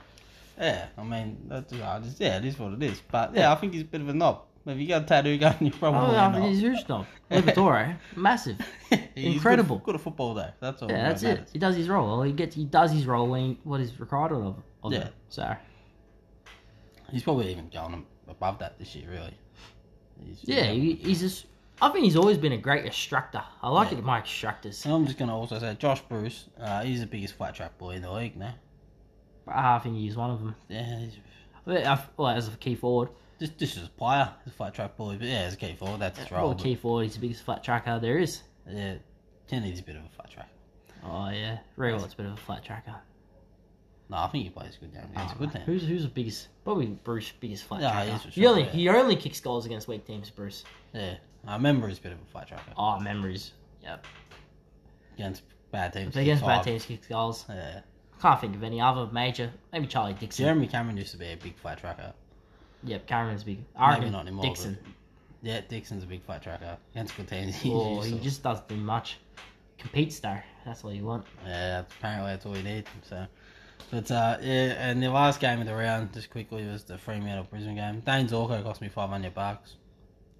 S1: Yeah, I mean, that's I just, yeah, it is what it is. But yeah, I think he's a bit of a knob. If you got a tattoo gun, you're probably
S2: Oh,
S1: a
S2: yeah,
S1: knob.
S2: he's huge knob. Liberatore, massive.
S1: He's good-
S2: incredible.
S1: Good, at football though. That's all.
S2: Yeah,
S1: that
S2: that's it.
S1: matters.
S2: He does his role. Well, he gets he does his role when he, what is required of, of
S1: Yeah.
S2: him. So
S1: He's probably even gone above that this year, really. He's-
S2: yeah, he, he's just. I think he's always been a great extractor. I like
S1: Yeah.
S2: it, my extractors.
S1: And I'm just gonna also say Josh Bruce. Uh, he's the biggest flat trap boy in the league now.
S2: I think he's one of them.
S1: Yeah, he's,
S2: But I, well, as a key forward,
S1: this this is a player. He's a flat trap boy, but yeah, he's a key forward. That's his role.
S2: well, key forward, he's the biggest flat tracker there is.
S1: but, yeah, Kennedy's a bit of a flat trap.
S2: Oh yeah, Rewalt's a bit of a flat tracker.
S1: No, I think he plays good down against
S2: Um,
S1: good now.
S2: Who's who's the biggest? Probably Bruce, biggest flat
S1: Yeah,
S2: tracker.
S1: he is for
S2: He
S1: sure,
S2: only
S1: yeah.
S2: he only kicks goals against weak teams. Bruce.
S1: Yeah, I remember he's a bit of a flat trapper
S2: Oh, memories. Yep.
S1: against bad teams.
S2: If they're against bad
S1: five.
S2: teams, kicks goals.
S1: Yeah.
S2: Can't think of any other major. Maybe Charlie Dixon.
S1: Jeremy Cameron used to be a big flat tracker.
S2: Yep, Cameron's big. I
S1: Maybe
S2: reckon
S1: not anymore.
S2: Dixon.
S1: But yeah, Dixon's a big flat tracker. Against good teams, he
S2: Oh,
S1: usually
S2: he
S1: sort of-
S2: just doesn't do much. Competes though. That's all you want.
S1: yeah. Apparently, that's all he did. So, but uh, yeah, and the last game of the round, just quickly, was the Fremantle Brisbane game. Dane Zorko cost me five hundred bucks.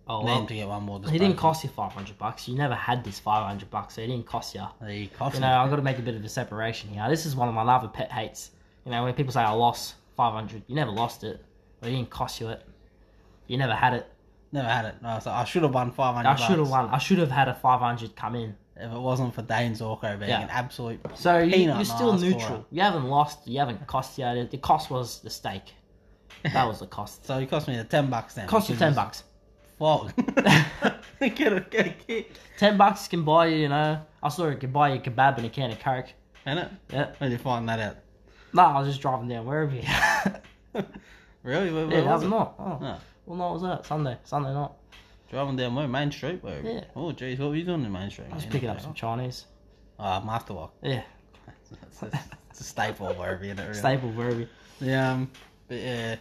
S2: Oh,
S1: Need him
S2: well,
S1: to get one more.
S2: he didn't
S1: disposal.
S2: cost you five hundred bucks. You never had this five hundred bucks, so he didn't cost you.
S1: He cost
S2: You
S1: me.
S2: know, I've got to make a bit of a separation here. This is one of my other pet hates. You know, when people say I lost 500, you never lost it. But it didn't cost you it. You never had it.
S1: Never had it. I was like, I should have won 500
S2: I should have
S1: bucks
S2: won. I should have had a 500 come in.
S1: If it wasn't for Dane Zorko being
S2: Yeah.
S1: an absolute.
S2: So you,
S1: Peanut
S2: you're
S1: in the
S2: still
S1: ass for
S2: neutral. You haven't lost. You haven't cost yet. The cost was the stake. That was the cost.
S1: So it cost me the 10 bucks then.
S2: Cost you
S1: which
S2: ten
S1: is
S2: bucks.
S1: Fuck. get a, get a kick.
S2: Ten bucks can buy you. You know, I saw it could buy you a kebab and a can of coke.
S1: Ain't it?
S2: Yeah.
S1: When did you find that out?
S2: Nah, I was just driving down wherever. You... yeah,
S1: Really? Where, where
S2: that
S1: was
S2: was
S1: it?
S2: not. Oh.
S1: Oh.
S2: Well, no, it was that Sunday. Sunday night.
S1: Driving down where? Main Street? Where?
S2: Yeah.
S1: Oh, jeez, what were you doing in Main Street?
S2: I was picking up some Chinese.
S1: Ah, master walk.
S2: Yeah,
S1: It's a, it's a staple wherever you're at. Really.
S2: staple wherever. you-
S1: Yeah, um, but yeah.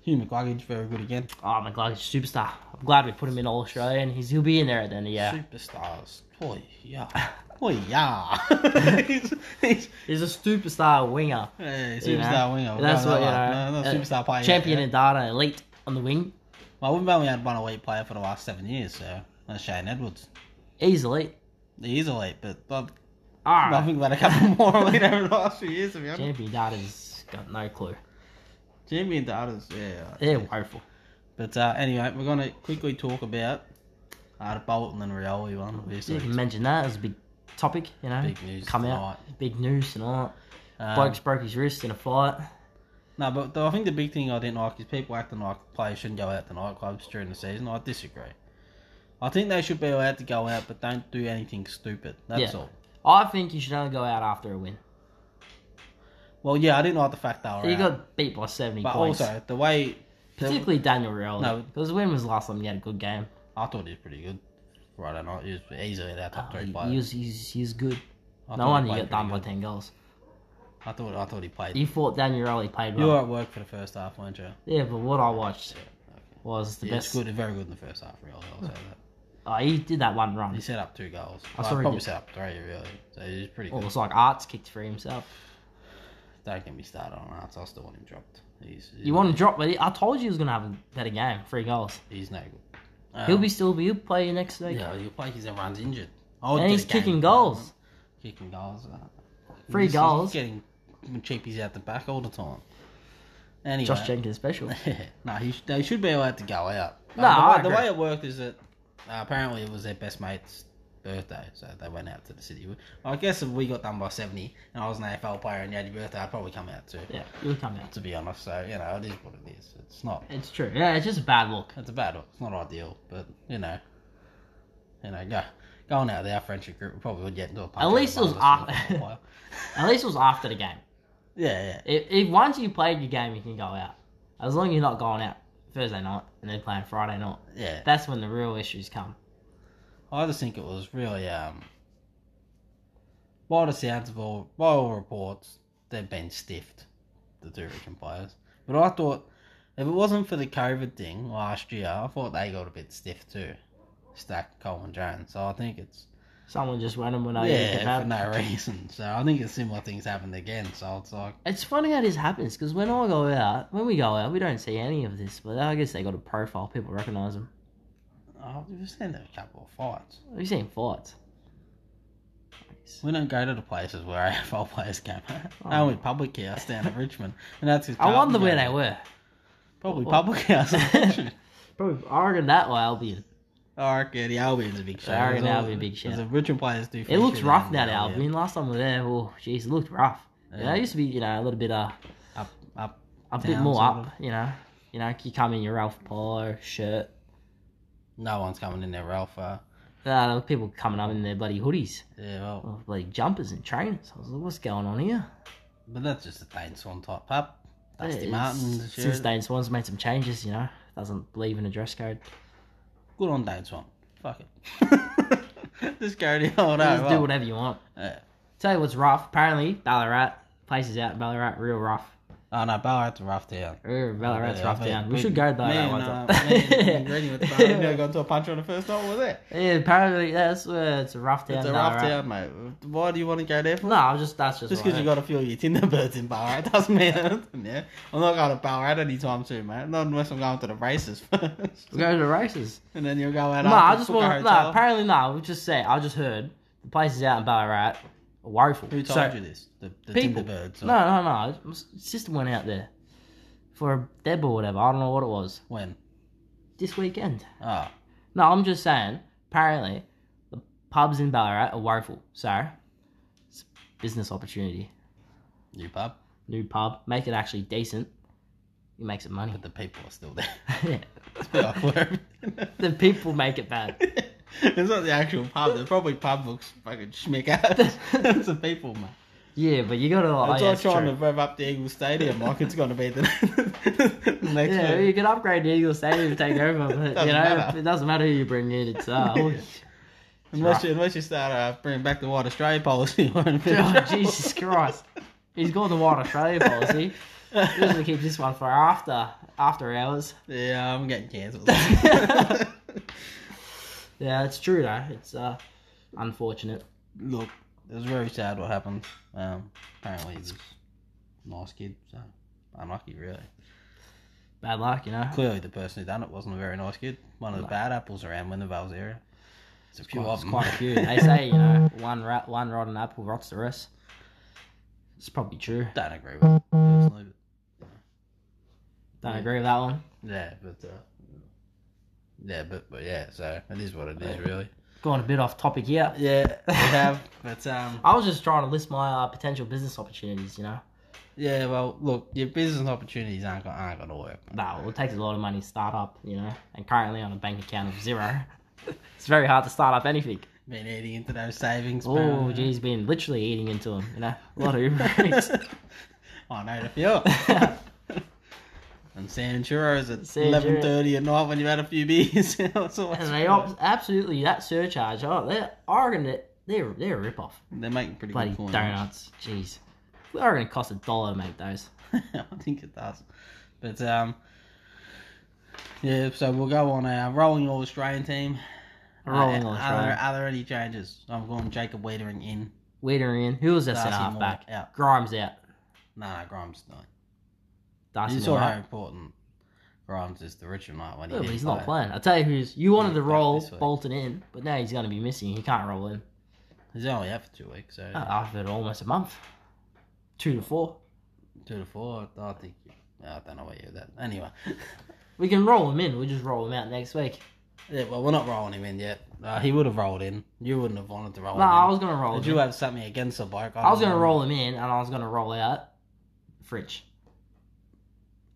S1: Hugh McLuggage, very good again.
S2: Oh my god, he's a superstar. I'm glad we put him in All Australia, and he's he'll be in there at the end of the year.
S1: Superstars. Boy, yeah. Boy, yeah. he's, he's,
S2: He's a superstar winger.
S1: hey, superstar
S2: you know?
S1: winger. We're
S2: That's
S1: going
S2: what
S1: that
S2: you
S1: way. No,
S2: know.
S1: no,
S2: uh,
S1: superstar player.
S2: Champion
S1: Oh, yeah.
S2: in data, elite on the wing.
S1: Well, we've only had one elite player for the last seven years, so that's Shane Edwards.
S2: He's elite.
S1: He is elite, but I've,
S2: All
S1: I
S2: right.
S1: think we've had a couple more elite over the last few years, to be honest.
S2: Champion data's got no clue.
S1: Champion to others, yeah.
S2: They're woeful.
S1: But uh, anyway, we're going to quickly talk about uh, the Bolton and Rioli one,
S2: You
S1: obviously.
S2: can mention that as a big topic, you know.
S1: Big news
S2: Come out. Big news and all.
S1: Um,
S2: Bloke's broke his wrist in a fight.
S1: No, but the, I think the big thing I didn't like is people acting like players shouldn't go out to nightclubs during the season. I disagree. I think they should be allowed to go out, but don't do anything stupid. That's
S2: Yeah.
S1: all.
S2: I think you should only go out after a win.
S1: Well, yeah, I didn't like the fact they were
S2: You
S1: out,
S2: got beat by 70
S1: but
S2: points.
S1: also the way the,
S2: Particularly Daniel Rioli.
S1: No.
S2: Because when was the last time he had a good game?
S1: I thought he was pretty good. Right, night, he was easily their top
S2: Oh,
S1: three
S2: he,
S1: player.
S2: he was, he's, he's good.
S1: I
S2: no
S1: thought
S2: wonder
S1: he
S2: you
S1: played
S2: got done
S1: pretty
S2: by 10 goals.
S1: good. I thought I thought he played.
S2: You thought Daniel Rioli played
S1: you
S2: well.
S1: were at work for the first half, weren't you?
S2: Yeah, but what I watched was the
S1: Yeah,
S2: best.
S1: it's good, very good in the first half. Really, I'll say that.
S2: Oh, he did that one run.
S1: He set up two goals.
S2: I
S1: I
S2: saw he
S1: probably
S2: did.
S1: set up three, really. So he was pretty
S2: Well,
S1: good.
S2: Oh, it was like Arts kicked for himself.
S1: Don't get me started on Arts. I still want him dropped. He's, he's
S2: You want to drop, but he- I told you he was going to have a better game. Three goals.
S1: He's no good.
S2: he'll
S1: Um,
S2: be still, he'll play next week.
S1: Yeah, he'll play because everyone's injured. I would
S2: And
S1: get
S2: he's
S1: a game
S2: kicking
S1: for
S2: goals.
S1: him. Kicking goals. uh,
S2: Three
S1: he's- he's
S2: goals.
S1: getting cheapies out the back all the time. Anyway,
S2: Josh Jenkins special.
S1: no, he sh- they should be allowed to go out. Uh,
S2: No,
S1: the,
S2: I
S1: way, the
S2: agree.
S1: way it worked is that uh, apparently it was their best mate's birthday, so they went out to the city. I guess if we got done by seventy, and I was an AFL player and you had your birthday, I'd probably come out too.
S2: Yeah, he'll come out.
S1: To be honest, so you know it is what it is. It's not.
S2: It's true. Yeah, it's just a bad look.
S1: It's a battle. It's not ideal, but you know, you know, go going out there, our friendship group we probably would get into a punch
S2: At
S1: out
S2: least it
S1: with
S2: was
S1: one of us
S2: after-
S1: for a while.
S2: At least it was after the game.
S1: yeah,
S2: If, if once you played your game, you can go out. As long as you're not going out Thursday night and then playing Friday night.
S1: yeah, yeah.
S2: That's when the real issues come.
S1: I just think it was really, um, by the sounds of all, by all reports, they've been stiffed, the Durican players. But I thought, if it wasn't for the COVID thing last year, I thought they got a bit stiff too. Stack, Cole, and Jones. So I think it's
S2: Someone just went and went over the
S1: yeah,
S2: kebab.
S1: for no reason. So I think a similar things happened again. So it's like.
S2: It's funny how this happens because when I go out, when we go out, we don't see any of this. But I guess they got a profile; people recognize them.
S1: Oh, we've seen a couple of fights.
S2: We've seen fights.
S1: We don't go to the places where AFL players go.
S2: Oh.
S1: Only public house down in Richmond, and that's. 'cause
S2: I wonder
S1: Carlton
S2: where
S1: go
S2: they
S1: to-
S2: were.
S1: Probably
S2: Well-
S1: public house in Richmond.
S2: Probably Oregon that way, Albion.
S1: I reckon the Albion's a big show.
S2: Oregon
S1: There's all-
S2: Albion, big show.
S1: there's The Richmond players do.
S2: It looks
S1: feature
S2: rough
S1: in
S2: that
S1: the
S2: Albion. Last time we were there, oh jeez, it looked rough. You know,
S1: Yeah.
S2: it used to be, you know, a little bit uh,
S1: Up, up.
S2: a bit
S1: Down
S2: more
S1: sort
S2: up. You know, you know, you come in your Ralph Polo shirt.
S1: No one's coming in there, Ralph. Uh,
S2: Uh, there were people coming up in their bloody hoodies,
S1: yeah, well,
S2: or bloody jumpers and trainers. I was like, what's going on here?
S1: but that's just a Dane Swan type pub. Dusty
S2: Yeah,
S1: Martin.
S2: it's- Since Dane Swan's made some changes, you know, doesn't believe in a dress code.
S1: Good on Dane Swan. Fuck it. just go to the old
S2: Just do
S1: AFL.
S2: whatever you want.
S1: Yeah.
S2: Tell you what's rough. Apparently, Ballarat places out in Ballarat real rough.
S1: Oh no, Ballarat's a rough town.
S2: Real Ballarat's
S1: Oh, Yeah,
S2: rough
S1: I mean,
S2: down. We should go to Ballarat
S1: man,
S2: one
S1: uh,
S2: time.
S1: man, man, Grady went to Ballarat, we never uh, got into a punch on the first night we were there.
S2: yeah, apparently that's uh, it's a rough down.
S1: It's a rough town, mate. Why do you want to go there for?
S2: No, I'm just that's just
S1: Just
S2: what
S1: because
S2: I
S1: you
S2: heard.
S1: got a few of your Tinder birds in Ballarat doesn't mean anything, yeah? I'm not going to Ballarat anytime soon, mate. Not unless I'm going to the races first.
S2: We'll go to the races.
S1: and then you'll go out
S2: No,
S1: after,
S2: I just
S1: book a
S2: want. No,
S1: hotel.
S2: apparently no. We just say I just heard the places out in Ballarat are woeful.
S1: Who
S2: So,
S1: told you this? The, the
S2: people.
S1: Tinder birds?
S2: No, no, no. It was- Sister went out there for a deb or whatever. I don't know what it was.
S1: When?
S2: this weekend.
S1: Ah,
S2: No, I'm just saying. Apparently, the pubs in Ballarat are woeful. So, it's a business opportunity.
S1: new pub,
S2: New pub, make it actually decent. It makes it money.
S1: but the people are still there.
S2: Yeah.
S1: It's a bit like where-
S2: the people make it bad.
S1: it's not the actual pub. The probably pub looks fucking schmick out. it's the people, man.
S2: Yeah, but you gotta.
S1: It's
S2: Like, oh, yeah,
S1: all
S2: it's
S1: trying
S2: true.
S1: to rev up the Eagle Stadium like it's going to be the the next
S2: Yeah,
S1: yeah,
S2: you can upgrade the Eagle Stadium to take over, but
S1: Doesn't
S2: you know
S1: matter.
S2: it doesn't matter who you bring in. It's uh, oh,
S1: unless, you, unless you start uh, bringing back the White Australia policy. we're in a bit of
S2: oh,
S1: trouble.
S2: Jesus Christ, he's got the White Australia policy. Usually keep this one for after after hours.
S1: Yeah, I'm getting cancelled.
S2: Yeah, it's true though. It's uh, unfortunate.
S1: Look, it was very sad what happened. Um, apparently, he was a nice kid, so unlucky, really.
S2: Bad luck, you know.
S1: Clearly, the person who done it wasn't a very nice kid. One of the
S2: No.
S1: bad apples around when the Vales area. It's a few
S2: Quite-
S1: of
S2: it's
S1: them.
S2: quite a few. They say you know one rat, one rotten apple rots the rest. It's probably true.
S1: Don't agree with it, personally. But
S2: Don't
S1: Yeah.
S2: agree with that one.
S1: yeah, but. Uh, yeah, but, but yeah, so it is what it is, really.
S2: Going a bit off topic here.
S1: Yeah, we have. But, um,
S2: I was just trying to list my uh, potential business opportunities. You know,
S1: yeah, well, look, your business opportunities aren't going aren't gonna work.
S2: no, it takes a lot of money to start up. You know, and currently on a bank account of zero, it's very hard to start up anything.
S1: Been eating into those savings.
S2: Oh,
S1: apparently.
S2: geez, been literally eating into them. You know, a lot of Uber Eats.
S1: I know the feel. and San Churros at
S2: San Churro.
S1: eleven thirty at night when you've had a few beers. It's always
S2: and they
S1: fun.
S2: op- absolutely that surcharge. Oh, they're Oregon. They're they're a ripoff.
S1: They're making pretty
S2: Bloody
S1: good coins.
S2: donuts. Jeez, they are going to cost a dollar to make those.
S1: I think it does. But um, yeah. So we'll go on a rolling All Australian team.
S2: Rolling
S1: Uh,
S2: All
S1: Are there,
S2: Australian.
S1: are there any changes? I'm going Jacob Wiedering in.
S2: Weeder in. Who was that
S1: Darcy
S2: centre half
S1: Moore
S2: back?
S1: out.
S2: Grimes out.
S1: No, no, Grimes not.
S2: Darcy
S1: You saw
S2: Moore.
S1: how
S2: out.
S1: important Grimes is to Richard Knight when he
S2: Yeah, but
S1: did
S2: he's not
S1: play.
S2: playing. I tell you who's. You wanted
S1: Yeah,
S2: to
S1: back
S2: roll
S1: this way.
S2: Bolton in, but now he's going to be missing. He can't roll in.
S1: He's only out for two weeks, so
S2: Uh, After almost a month, two to four,
S1: two to four. I think. I don't know what you that. Anyway.
S2: we can roll him in. We just roll him out next week.
S1: Yeah, well, we're not rolling him in yet. Uh, he would have rolled in. You wouldn't have wanted to roll
S2: No, I
S1: him
S2: was going to
S1: in.
S2: roll.
S1: Did
S2: Him.
S1: you uh,
S2: in.
S1: have something against the bloke?
S2: I was
S1: don't
S2: going to
S1: know.
S2: roll him in, and I was going to roll out Fridge.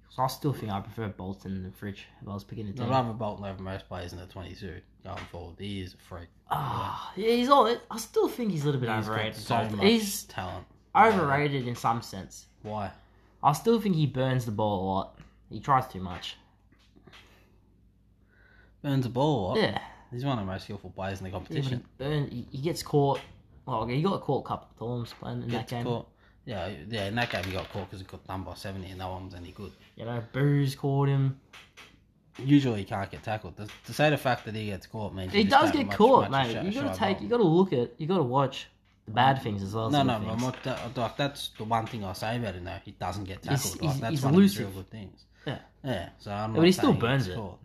S2: So I still think I prefer Bolton than Fridge if I was picking a
S1: I'd
S2: team.
S1: rather Bolton over most players in the 22 going forward. He is a freak.
S2: Ah, yeah, he's all. I still think he's a little bit
S1: He's got
S2: overrated.
S1: so
S2: Bolton.
S1: much
S2: he's
S1: talent.
S2: overrated in some sense.
S1: Why?
S2: I still think he burns the ball a lot. He tries too much.
S1: Burns the ball a lot.
S2: Yeah.
S1: He's one of the most skillful players in the
S2: Yeah, but he,
S1: competition.
S2: burn, he, he gets caught. Well, he got caught a couple of times playing in that
S1: Gets
S2: game.
S1: caught. Yeah, yeah, in that game he got caught because he got done by 70 and no one was any good.
S2: You know, Booze caught him.
S1: Usually he can't get tackled. To, to say the fact that he gets caught means
S2: He
S1: you just
S2: does
S1: don't have
S2: get
S1: much-
S2: caught,
S1: much to
S2: mate.
S1: show-
S2: You gotta
S1: show
S2: take.
S1: about.
S2: You gotta look at. You gotta watch the bad things as well as
S1: No,
S2: the
S1: no,
S2: good
S1: but
S2: things.
S1: what that, like, that's the one thing I say about him though. He doesn't get
S2: He's-
S1: tackled.
S2: he's-
S1: like, that's
S2: he's
S1: one of his real
S2: elusive.
S1: good things.
S2: Yeah.
S1: Yeah. So I'm
S2: Yeah,
S1: not
S2: but he still
S1: saying
S2: burns
S1: gets
S2: it.
S1: caught.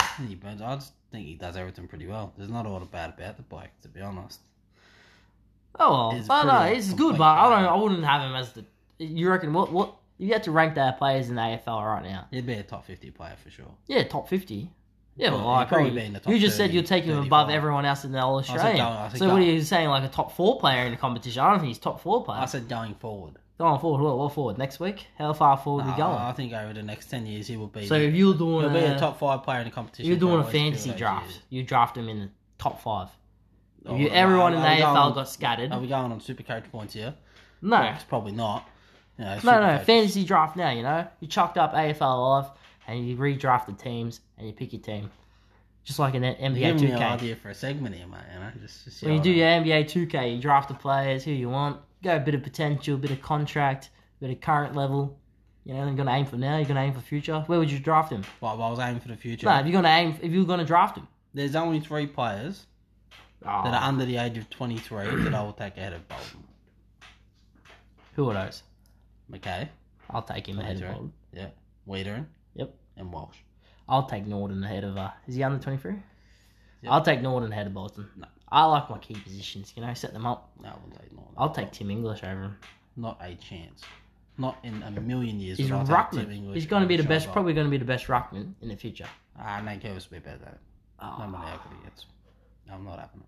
S1: I think He burns. I just think he does everything pretty well. There's not a lot of bad about the bloke, to be honest.
S2: Oh well,
S1: He's
S2: but no,
S1: pretty
S2: he's
S1: complete
S2: good. But I
S1: player.
S2: don't. I wouldn't have him as the. You reckon what? What? If you had to rank their players in the AFL right now,
S1: He'd be a top fifty player for sure.
S2: yeah, top fifty. Yeah, well,
S1: Well,
S2: I
S1: he'd probably
S2: agree.
S1: be in the top
S2: You just said
S1: 30,
S2: you're taking him above
S1: 35.
S2: everyone else in the All
S1: said
S2: Australian.
S1: go- I said
S2: so
S1: go.
S2: what are you saying? Like a top four player in the competition? I don't think he's top four player.
S1: I said going forward.
S2: Going forward, what, what forward? Next week? How far forward
S1: Nah,
S2: we going?
S1: I I think over the next ten years he will be.
S2: so
S1: the-
S2: if you're doing
S1: he'll
S2: a,
S1: be a top five player in the competition.
S2: you're
S1: for
S2: doing
S1: at
S2: a
S1: least two of
S2: fantasy
S1: those
S2: draft,
S1: years.
S2: you draft him in the top five.
S1: Oh,
S2: If you,
S1: well,
S2: everyone in
S1: are
S2: the
S1: we going
S2: AFL
S1: on-
S2: got scattered.
S1: Are we going on super coach points here?
S2: no,
S1: It's probably not. You know,
S2: no,
S1: super
S2: no.
S1: coach-
S2: Fantasy draft now. You know, you chucked up AFL life and you redraft the teams and you pick your team, just like in that NBA
S1: Give me an
S2: 2K.
S1: idea for a segment here, mate. You know, just, just
S2: When you
S1: shout
S2: do
S1: out.
S2: your NBA 2K, you draft the players who you want. Go a bit of potential, a bit of contract, a bit of current level. You know, you're gonna aim for now. You're gonna aim for future. Where would you draft him?
S1: Well, I was aiming for the future.
S2: No, if you're gonna aim, if you're gonna draft him.
S1: There's only three players
S2: Oh,
S1: that are under the age of 23 that I will take ahead of Bolton.
S2: who are those?
S1: McKay,
S2: I'll take him ahead of
S1: That's right.
S2: Bolton.
S1: Wiedering,
S2: Yep.
S1: and Walsh.
S2: I'll take Norton ahead of. Uh, is he under twenty three?
S1: Yep.
S2: I'll take Norton ahead of Bolton.
S1: No.
S2: I like my key positions. You know, set them up.
S1: No, I wouldn't take Norton.
S2: I'll take Tim English over him.
S1: Not a chance. Not in a million years.
S2: He's
S1: would I take Tim
S2: ruckman.
S1: English
S2: He's going to
S1: or
S2: be the
S1: Sean
S2: best.
S1: Bolton.
S2: Probably going to be the best ruckman in the future.
S1: Ah, Nanko was a bit better than it.
S2: Oh.
S1: No mediocrity. It's, I'm not having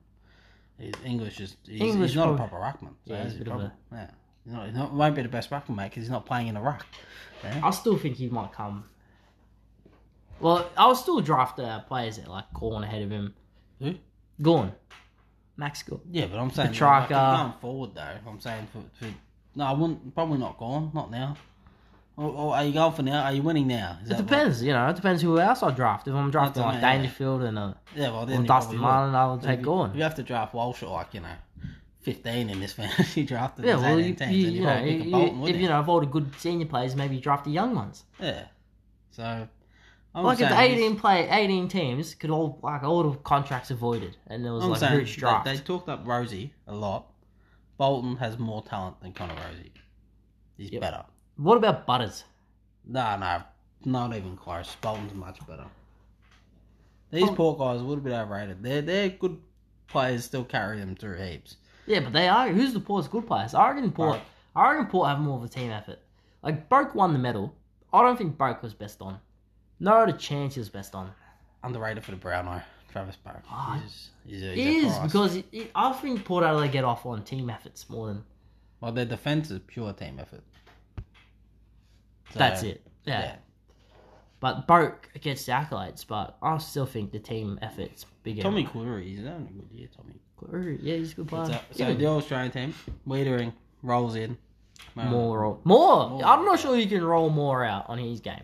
S1: it. His English is he's,
S2: English
S1: he's not a
S2: prob-
S1: proper ruckman. So
S2: Yeah,
S1: yeah,
S2: he's
S1: that's
S2: a
S1: the
S2: bit of
S1: problem. Yeah, he's not, he's not, won't be the best ruckman mate because he's not playing in a ruck.
S2: I still think he might come. Well, I'll still draft uh, players that like Gorn ahead of him.
S1: Who?
S2: Gorn. Max Gorn.
S1: Yeah, but I'm saying
S2: Petrarca.
S1: like, going forward though. I'm saying for, for no, I wouldn't. Probably not gone. Not now. Or, or are you going for now? Are you winning now? Is
S2: It
S1: that what-
S2: depends, you know. It depends who else I draft. If I'm drafting
S1: That's
S2: like
S1: what I mean, yeah.
S2: Dangerfield and uh,
S1: yeah, well then
S2: or
S1: you probably
S2: Dustin
S1: would.
S2: Martin, I'll
S1: If
S2: take
S1: you-
S2: Gorn.
S1: if You have to draft Walsh at like you know, fifteen in this fantasy draft.
S2: Yeah, well, you,
S1: teams,
S2: you,
S1: then
S2: you
S1: you'd probably pick a
S2: know, you-
S1: Bolton,
S2: if
S1: wouldn't
S2: you know, of all the good senior players, maybe you draft the young ones.
S1: Yeah. So, I'm
S2: like if
S1: saying
S2: the
S1: this-
S2: eighteen play, eighteen teams could all like all the contracts avoided, and there was
S1: I'm
S2: like
S1: saying
S2: huge draft.
S1: They, they talked up Rosie a lot. Bolton has more talent than Connor Rosie. He's
S2: Yep.
S1: better.
S2: What about Butters?
S1: No, no, not even close. Bolton's much better. These
S2: Oh.
S1: poor guys are a little bit overrated. They're they're good players. Still carry them through heaps.
S2: Yeah, but they are. Who's the poorest good players? I reckon Port.
S1: Burke.
S2: I reckon Port have more of a team effort. Like Broke won the medal. I don't think Broke was best on. No other chance he was best on.
S1: Underrated for the brown eye, Travis Barrett.
S2: Ah,
S1: He's, he's a,
S2: It
S1: he's a
S2: is
S1: prize.
S2: because it, it- I think Port Adelaide get off on team efforts more than
S1: well, their defense is pure team effort. So,
S2: that's it. Yeah.
S1: yeah.
S2: But Broke gets the accolades, but I still think the team efforts bigger.
S1: Tommy Cleary, he's having a good year. Tommy.
S2: Ooh, yeah, he's a good player.
S1: So,
S2: Give
S1: so
S2: him
S1: the Australian team, Wiedering rolls in.
S2: more, roll. more.
S1: More.
S2: I'm not sure you can roll more out on his game.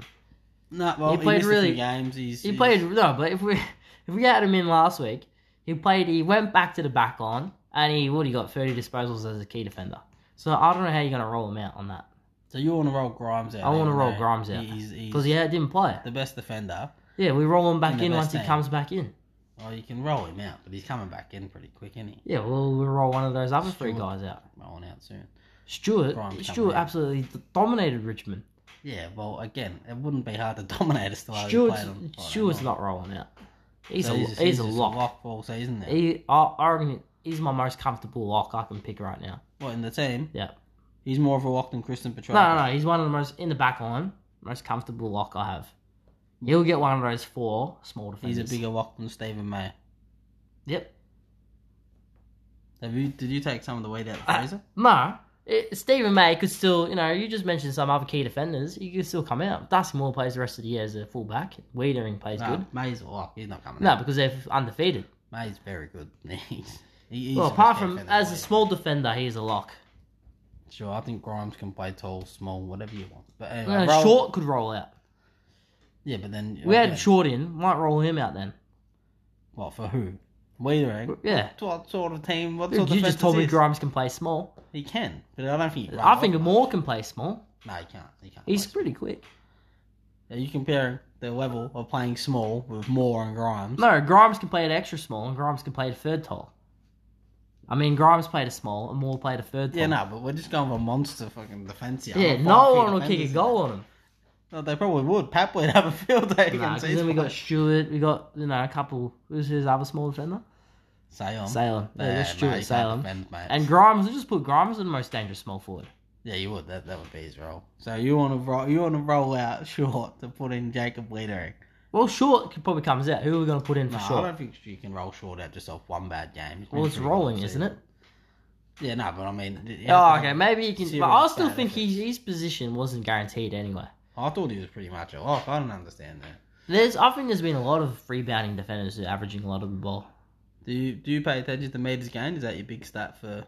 S1: No, well, he
S2: played
S1: played
S2: really-
S1: really games. He's,
S2: He
S1: he's-
S2: played no, but if we if we had him in last week, he played. He went back to the back line, and he already got thirty disposals as a key defender. So I don't know how you're gonna roll him out on that
S1: So you want to roll Grimes out?
S2: I wanna
S1: there,
S2: roll
S1: no?
S2: Grimes out.
S1: He's, he's
S2: because he had- didn't play.
S1: the best defender.
S2: Yeah, we roll him back
S1: In the
S2: in
S1: best
S2: once he
S1: team.
S2: comes back in.
S1: Well, you can roll him out, but he's coming back in pretty quick, isn't he?
S2: Yeah, we'll, we'll roll one of those other three
S1: Stewart.
S2: guys out.
S1: Rolling out soon.
S2: Stewart,
S1: Grimes coming
S2: Stewart
S1: in.
S2: absolutely d- dominated Richmond.
S1: Yeah. Well, again, it wouldn't be hard to dominate a style.
S2: Stewart's,
S1: played Oh, on Friday
S2: Stewart's
S1: night.
S2: not rolling out. He's
S1: So
S2: a he's,
S1: just
S2: a lock.
S1: all season. There.
S2: He, I, I reckon he's my most comfortable lock I can pick right now.
S1: What in the team?
S2: Yeah.
S1: He's more of a lock than Kristen Petrarca.
S2: No, no, no. He's one of the most in the back line, most comfortable lock I have. He'll get one of those four small defenders.
S1: He's a bigger lock than Stephen May.
S2: Yep.
S1: Have you? Did you take some of the weight out of
S2: Ah.
S1: Fraser?
S2: No, it, Stephen May could still, you know, you just mentioned some other key defenders. He could still come out. Dustin Moore plays the rest of the year as a fullback. Wiedering plays
S1: no,
S2: good.
S1: May's a lock. He's not coming.
S2: No,
S1: out.
S2: because they're undefeted.
S1: May's very good. he's, he, he's
S2: well,
S1: the
S2: apart
S1: best
S2: from
S1: defender in
S2: as
S1: the
S2: a
S1: league.
S2: small defender, he's a lock.
S1: Sure, I think Grimes can play tall, small, whatever you want. But anyway,
S2: Uh,
S1: roll-
S2: Short could roll out.
S1: Yeah, but then
S2: We
S1: again,
S2: had Short in. Might roll him out then.
S1: what for who? Weathering.
S2: Yeah.
S1: What sort of team? What sort of
S2: You just told me
S1: defence is
S2: Grimes can play small.
S1: this? he can, but I don't think. He
S2: I think
S1: runs
S2: Moore can play small.
S1: off. No, he can't. He can't.
S2: He's
S1: play
S2: pretty quick.
S1: small. Are you comparing the level of playing small with Moore and Grimes?
S2: No, Grimes can play it extra small, and Grimes can play it third tall. I mean, Grimes played a small, and Moore played a third tall.
S1: Yeah, no, but we're just going for monster fucking defense here.
S2: Yeah,
S1: Five
S2: no
S1: key
S2: one will kick a
S1: defenders
S2: goal
S1: in
S2: on him.
S1: there. No, they probably would. Pap would have a field day
S2: Nah,
S1: against
S2: 'cause then we got Stewart, we got you know a couple. Who's his other small defender?
S1: Salem.
S2: Salem. Yeah, we
S1: nah,
S2: got Stewart,
S1: you can't
S2: Salem,
S1: defend, mate.
S2: and Grimes. We just put Grimes in the most dangerous small forward.
S1: Yeah, you would. That that would be his role. So you want to roll? You want to roll out short to put in Jacob Wiedering?
S2: Well, Short could probably comes out. Who are we going to put in for
S1: No, I
S2: Short?
S1: don't think you can roll short out just off one bad game.
S2: Well, it's rolling, isn't it?
S1: Yeah, no, but I mean, it- it-
S2: Oh, okay, maybe he can.
S1: See
S2: But
S1: what
S2: I
S1: his
S2: still
S1: bad
S2: think
S1: effort.
S2: his his position wasn't guaranteed anyway.
S1: I thought he was pretty much a lock. I don't understand that.
S2: There's, I think there's been a lot of rebounding defenders who are averaging a lot of the ball.
S1: Do you do you pay attention to meters gained? Is that your big stat for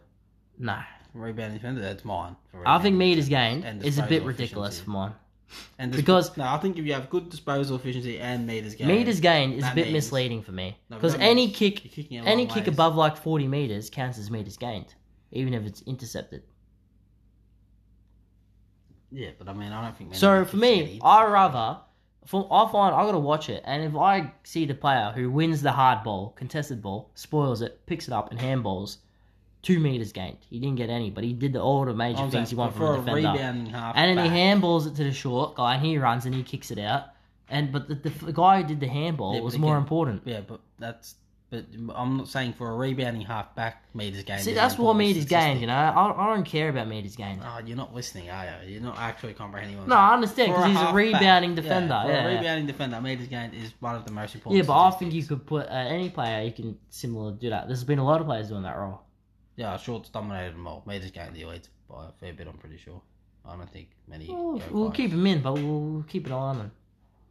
S2: No,
S1: rebounding defender? That's mine. for
S2: I think
S1: rebounding.
S2: meters gained
S1: And
S2: is a bit
S1: disposal
S2: ridiculous
S1: efficiency.
S2: for mine.
S1: and
S2: because-
S1: no, I think if you have good disposal efficiency and meters gained,
S2: Meters gained is a
S1: That
S2: bit
S1: means-
S2: misleading for me
S1: No,
S2: because
S1: that means
S2: any kick,
S1: you're kicking it
S2: any
S1: long
S2: kick
S1: ways.
S2: above like forty meters counts as meters gained, even if it's intercepted.
S1: yeah, but I mean, I don't think. many
S2: So
S1: kicks
S2: for
S1: get
S2: me,
S1: in.
S2: I rather, for, I find I gotta watch it, and if I see the player who wins the hard ball, contested ball, spoils it, picks it up, and handballs, two meters gained. He didn't get any, but he did all the major
S1: I'm saying
S2: things he wanted
S1: for
S2: from a
S1: a
S2: defender.
S1: rebounding half.
S2: And then
S1: back,
S2: he handballs it to the short guy, and he runs and he kicks it out. And but the, the, f- guy who did the handball
S1: Yeah, but
S2: was more
S1: again-
S2: important.
S1: Yeah, but that's But I'm not saying for a rebounding halfback meters gained.
S2: See,
S1: is
S2: that's
S1: an
S2: what
S1: important
S2: meters
S1: statistic.
S2: gained, you know? I, I don't care about meters gained.
S1: Oh, you're not listening, are you? You're not actually comprehending. What I'm
S2: No,
S1: saying.
S2: I understand
S1: For
S2: because he's a
S1: halfback,
S2: rebounding
S1: yeah,
S2: defender.
S1: for
S2: yeah,
S1: a
S2: yeah.
S1: rebounding defender, meters gained is one of the most important.
S2: Yeah, but I think
S1: statistics.
S2: you could put uh, any player you can similar do that. There's been a lot of players doing that role.
S1: Yeah, shorts dominated them all. Meters gained the elite by a fair bit. I'm pretty sure. I don't think many.
S2: We'll,
S1: go
S2: Oh, we'll
S1: by.
S2: keep him in, but we'll keep an eye on him.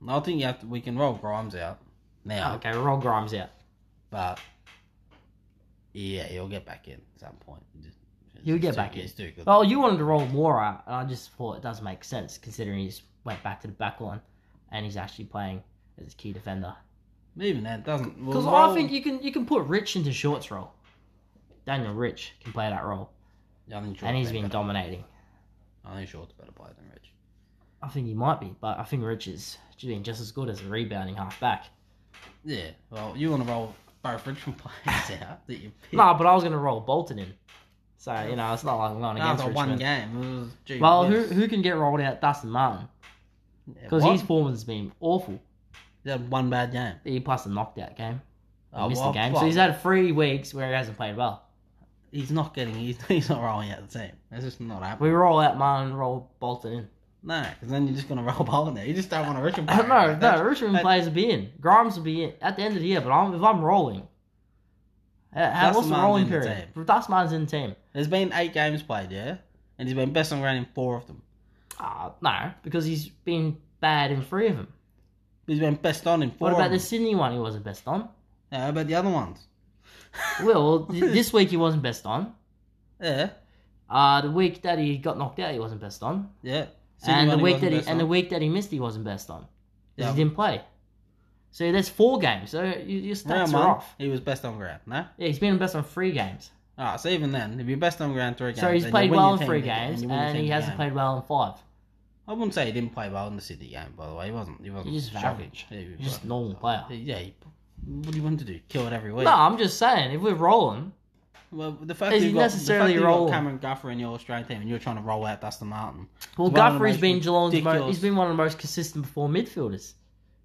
S1: I think you have to, we can roll Grimes out now,
S2: Okay, roll Grimes out.
S1: but yeah, he'll get back in at some point. Just-
S2: He'll get
S1: it's too-
S2: back in.
S1: It's too good.
S2: Oh, you wanted to roll Moore out, and I just thought it does make sense considering he just went back to the back line, and he's actually playing as his key defender.
S1: Even that doesn't. we'll
S2: Because
S1: roll-
S2: I think you can you can put Rich into Short's role. Daniel Rich can play that role,
S1: I think
S2: and
S1: Short's
S2: he's
S1: better.
S2: been dominating.
S1: I think Short's a better player than Rich.
S2: I think he might be, but I think Rich is doing just as good as a rebounding halfback.
S1: Yeah. Well, you want to roll both Rich and players out that you picked
S2: No, but I was gonna roll Bolton in. So you know, it's not like I'm going against
S1: after one
S2: Richmond.
S1: game. It was, gee,
S2: Well, who
S1: yes.
S2: who can get rolled out? Dustin Martin, because
S1: What?
S2: his form has been awful.
S1: He had one bad game. Oh,
S2: He plus a knocked out game. He missed
S1: well,
S2: the game,
S1: well,
S2: so he's had three weeks where he hasn't played well.
S1: he's not getting. He's, he's not rolling out the team. That's just not happening.
S2: We roll out Martin, roll Bolton in.
S1: No, because then you're just gonna roll ball in there. You just don't want to Richmond. player.
S2: no, no,
S1: That's-
S2: Richmond
S1: that-
S2: players will be in. Grimes will be in at the end of the year. But I'm, if I'm rolling, uh, how- what's
S1: Dustin
S2: the
S1: Martin's
S2: rolling
S1: in the
S2: period? Dustin Martin's in the team.
S1: There's been eight games played, yeah, and he's been best on ground in four of them.
S2: Uh, no, because he's been bad in three of them.
S1: He's been best on in four.
S2: What about
S1: of
S2: the
S1: them.
S2: Sydney one? He wasn't best on.
S1: Yeah, how about the other ones?
S2: Well, th- this week he wasn't best on.
S1: Yeah,
S2: Uh, the week that he got knocked out, he wasn't best on.
S1: yeah.
S2: and the
S1: Sydney
S2: week
S1: wasn't
S2: that he
S1: best
S2: and the
S1: on.
S2: week that he missed, he wasn't best on. 'Cause
S1: Yeah.
S2: He didn't play. So there's four games. So you- your
S1: round
S2: stats
S1: one,
S2: are off.
S1: he was best on ground. No,
S2: Yeah, he's been best on three games.
S1: ah, so even then, if you're best on ground three games,
S2: so he's
S1: then you
S2: played
S1: win
S2: well
S1: your
S2: in
S1: team
S2: three
S1: the game,
S2: games,
S1: you
S2: and,
S1: win your team
S2: he
S1: the
S2: hasn't
S1: game.
S2: played well in five.
S1: I wouldn't say he didn't play well in the Sydney game, by the way. He wasn't. He wasn't.
S2: He's just
S1: shocking.
S2: average.
S1: Yeah, he was
S2: He's just a
S1: right.
S2: normal player.
S1: Yeah. He, what do you want to do? Kill it every week?
S2: No, I'm just saying if we're rolling,
S1: Well, the fact that
S2: Is he
S1: you've got,
S2: necessarily
S1: necessarily the fact that
S2: roll-
S1: you've got Cameron Guthrie in your Australian team, and you're trying to roll out Dustin Martin.
S2: well,
S1: It's one of the
S2: Guthrie's
S1: most
S2: been Geelong's. Mo-
S1: ridiculous-
S2: he's been one of the most consistent before midfielders.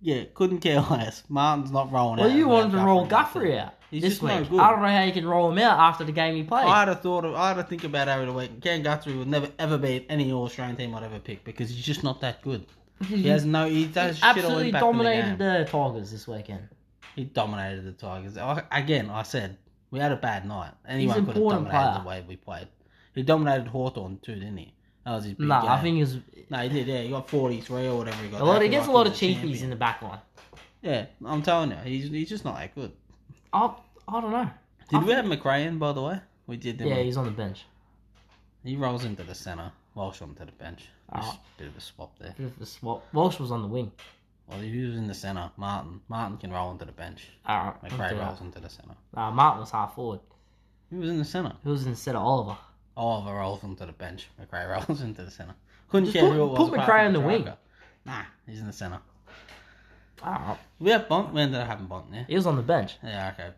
S1: Yeah, couldn't care less. Martin's not rolling
S2: Well,
S1: out.
S2: you
S1: without
S2: wanted to roll
S1: Guthrie.
S2: Guthrie out
S1: He's
S2: this
S1: just
S2: week.
S1: no good.
S2: I don't know how you can roll him out after the game he played.
S1: I'd have thought. Of, I'd have think about over the week. Ken Guthrie would never ever be in any All Australian team I'd ever pick because he's just not that good. He has no. He does shit all
S2: absolutely
S1: impact in the
S2: dominated
S1: game.
S2: the Tigers this weekend.
S1: He dominated the Tigers I, again. I said we had a bad night. Anyone could have
S2: important
S1: dominated the
S2: player.
S1: way we played. He dominated Hawthorn too, didn't he? That was his big
S2: No,
S1: game.
S2: I think it was
S1: No, he did. Yeah, he got forty three or whatever he got.
S2: a lot.
S1: They
S2: He gets a
S1: feel
S2: lot
S1: like
S2: of
S1: he's a
S2: cheapies
S1: champion.
S2: in the back line.
S1: Yeah, I'm telling you, he's he's just not that good.
S2: I, I don't know.
S1: Did
S2: I
S1: we have McRae in, by the way? We did. Didn't
S2: Yeah,
S1: we?
S2: he's on the bench.
S1: He rolls into the centre, Walsh onto the bench. Just
S2: Ah.
S1: a bit of a swap there.
S2: Bit of a swap. Walsh was on the wing.
S1: Well, he was in the centre. Martin, Martin can roll into the bench.
S2: All right,
S1: McRae rolls into the centre.
S2: Uh, Martin was half forward.
S1: He was in the centre.
S2: He was instead of Oliver.
S1: Oliver rolls onto the bench. McRae rolls into the centre. Couldn't
S2: Just
S1: care
S2: put-
S1: who it was.
S2: put
S1: apart
S2: McRae
S1: from
S2: on the wing.
S1: striker. Nah, he's in the centre.
S2: Alright.
S1: We have Bont. We ended up having Bont there.
S2: He was on the bench.
S1: Yeah, okay.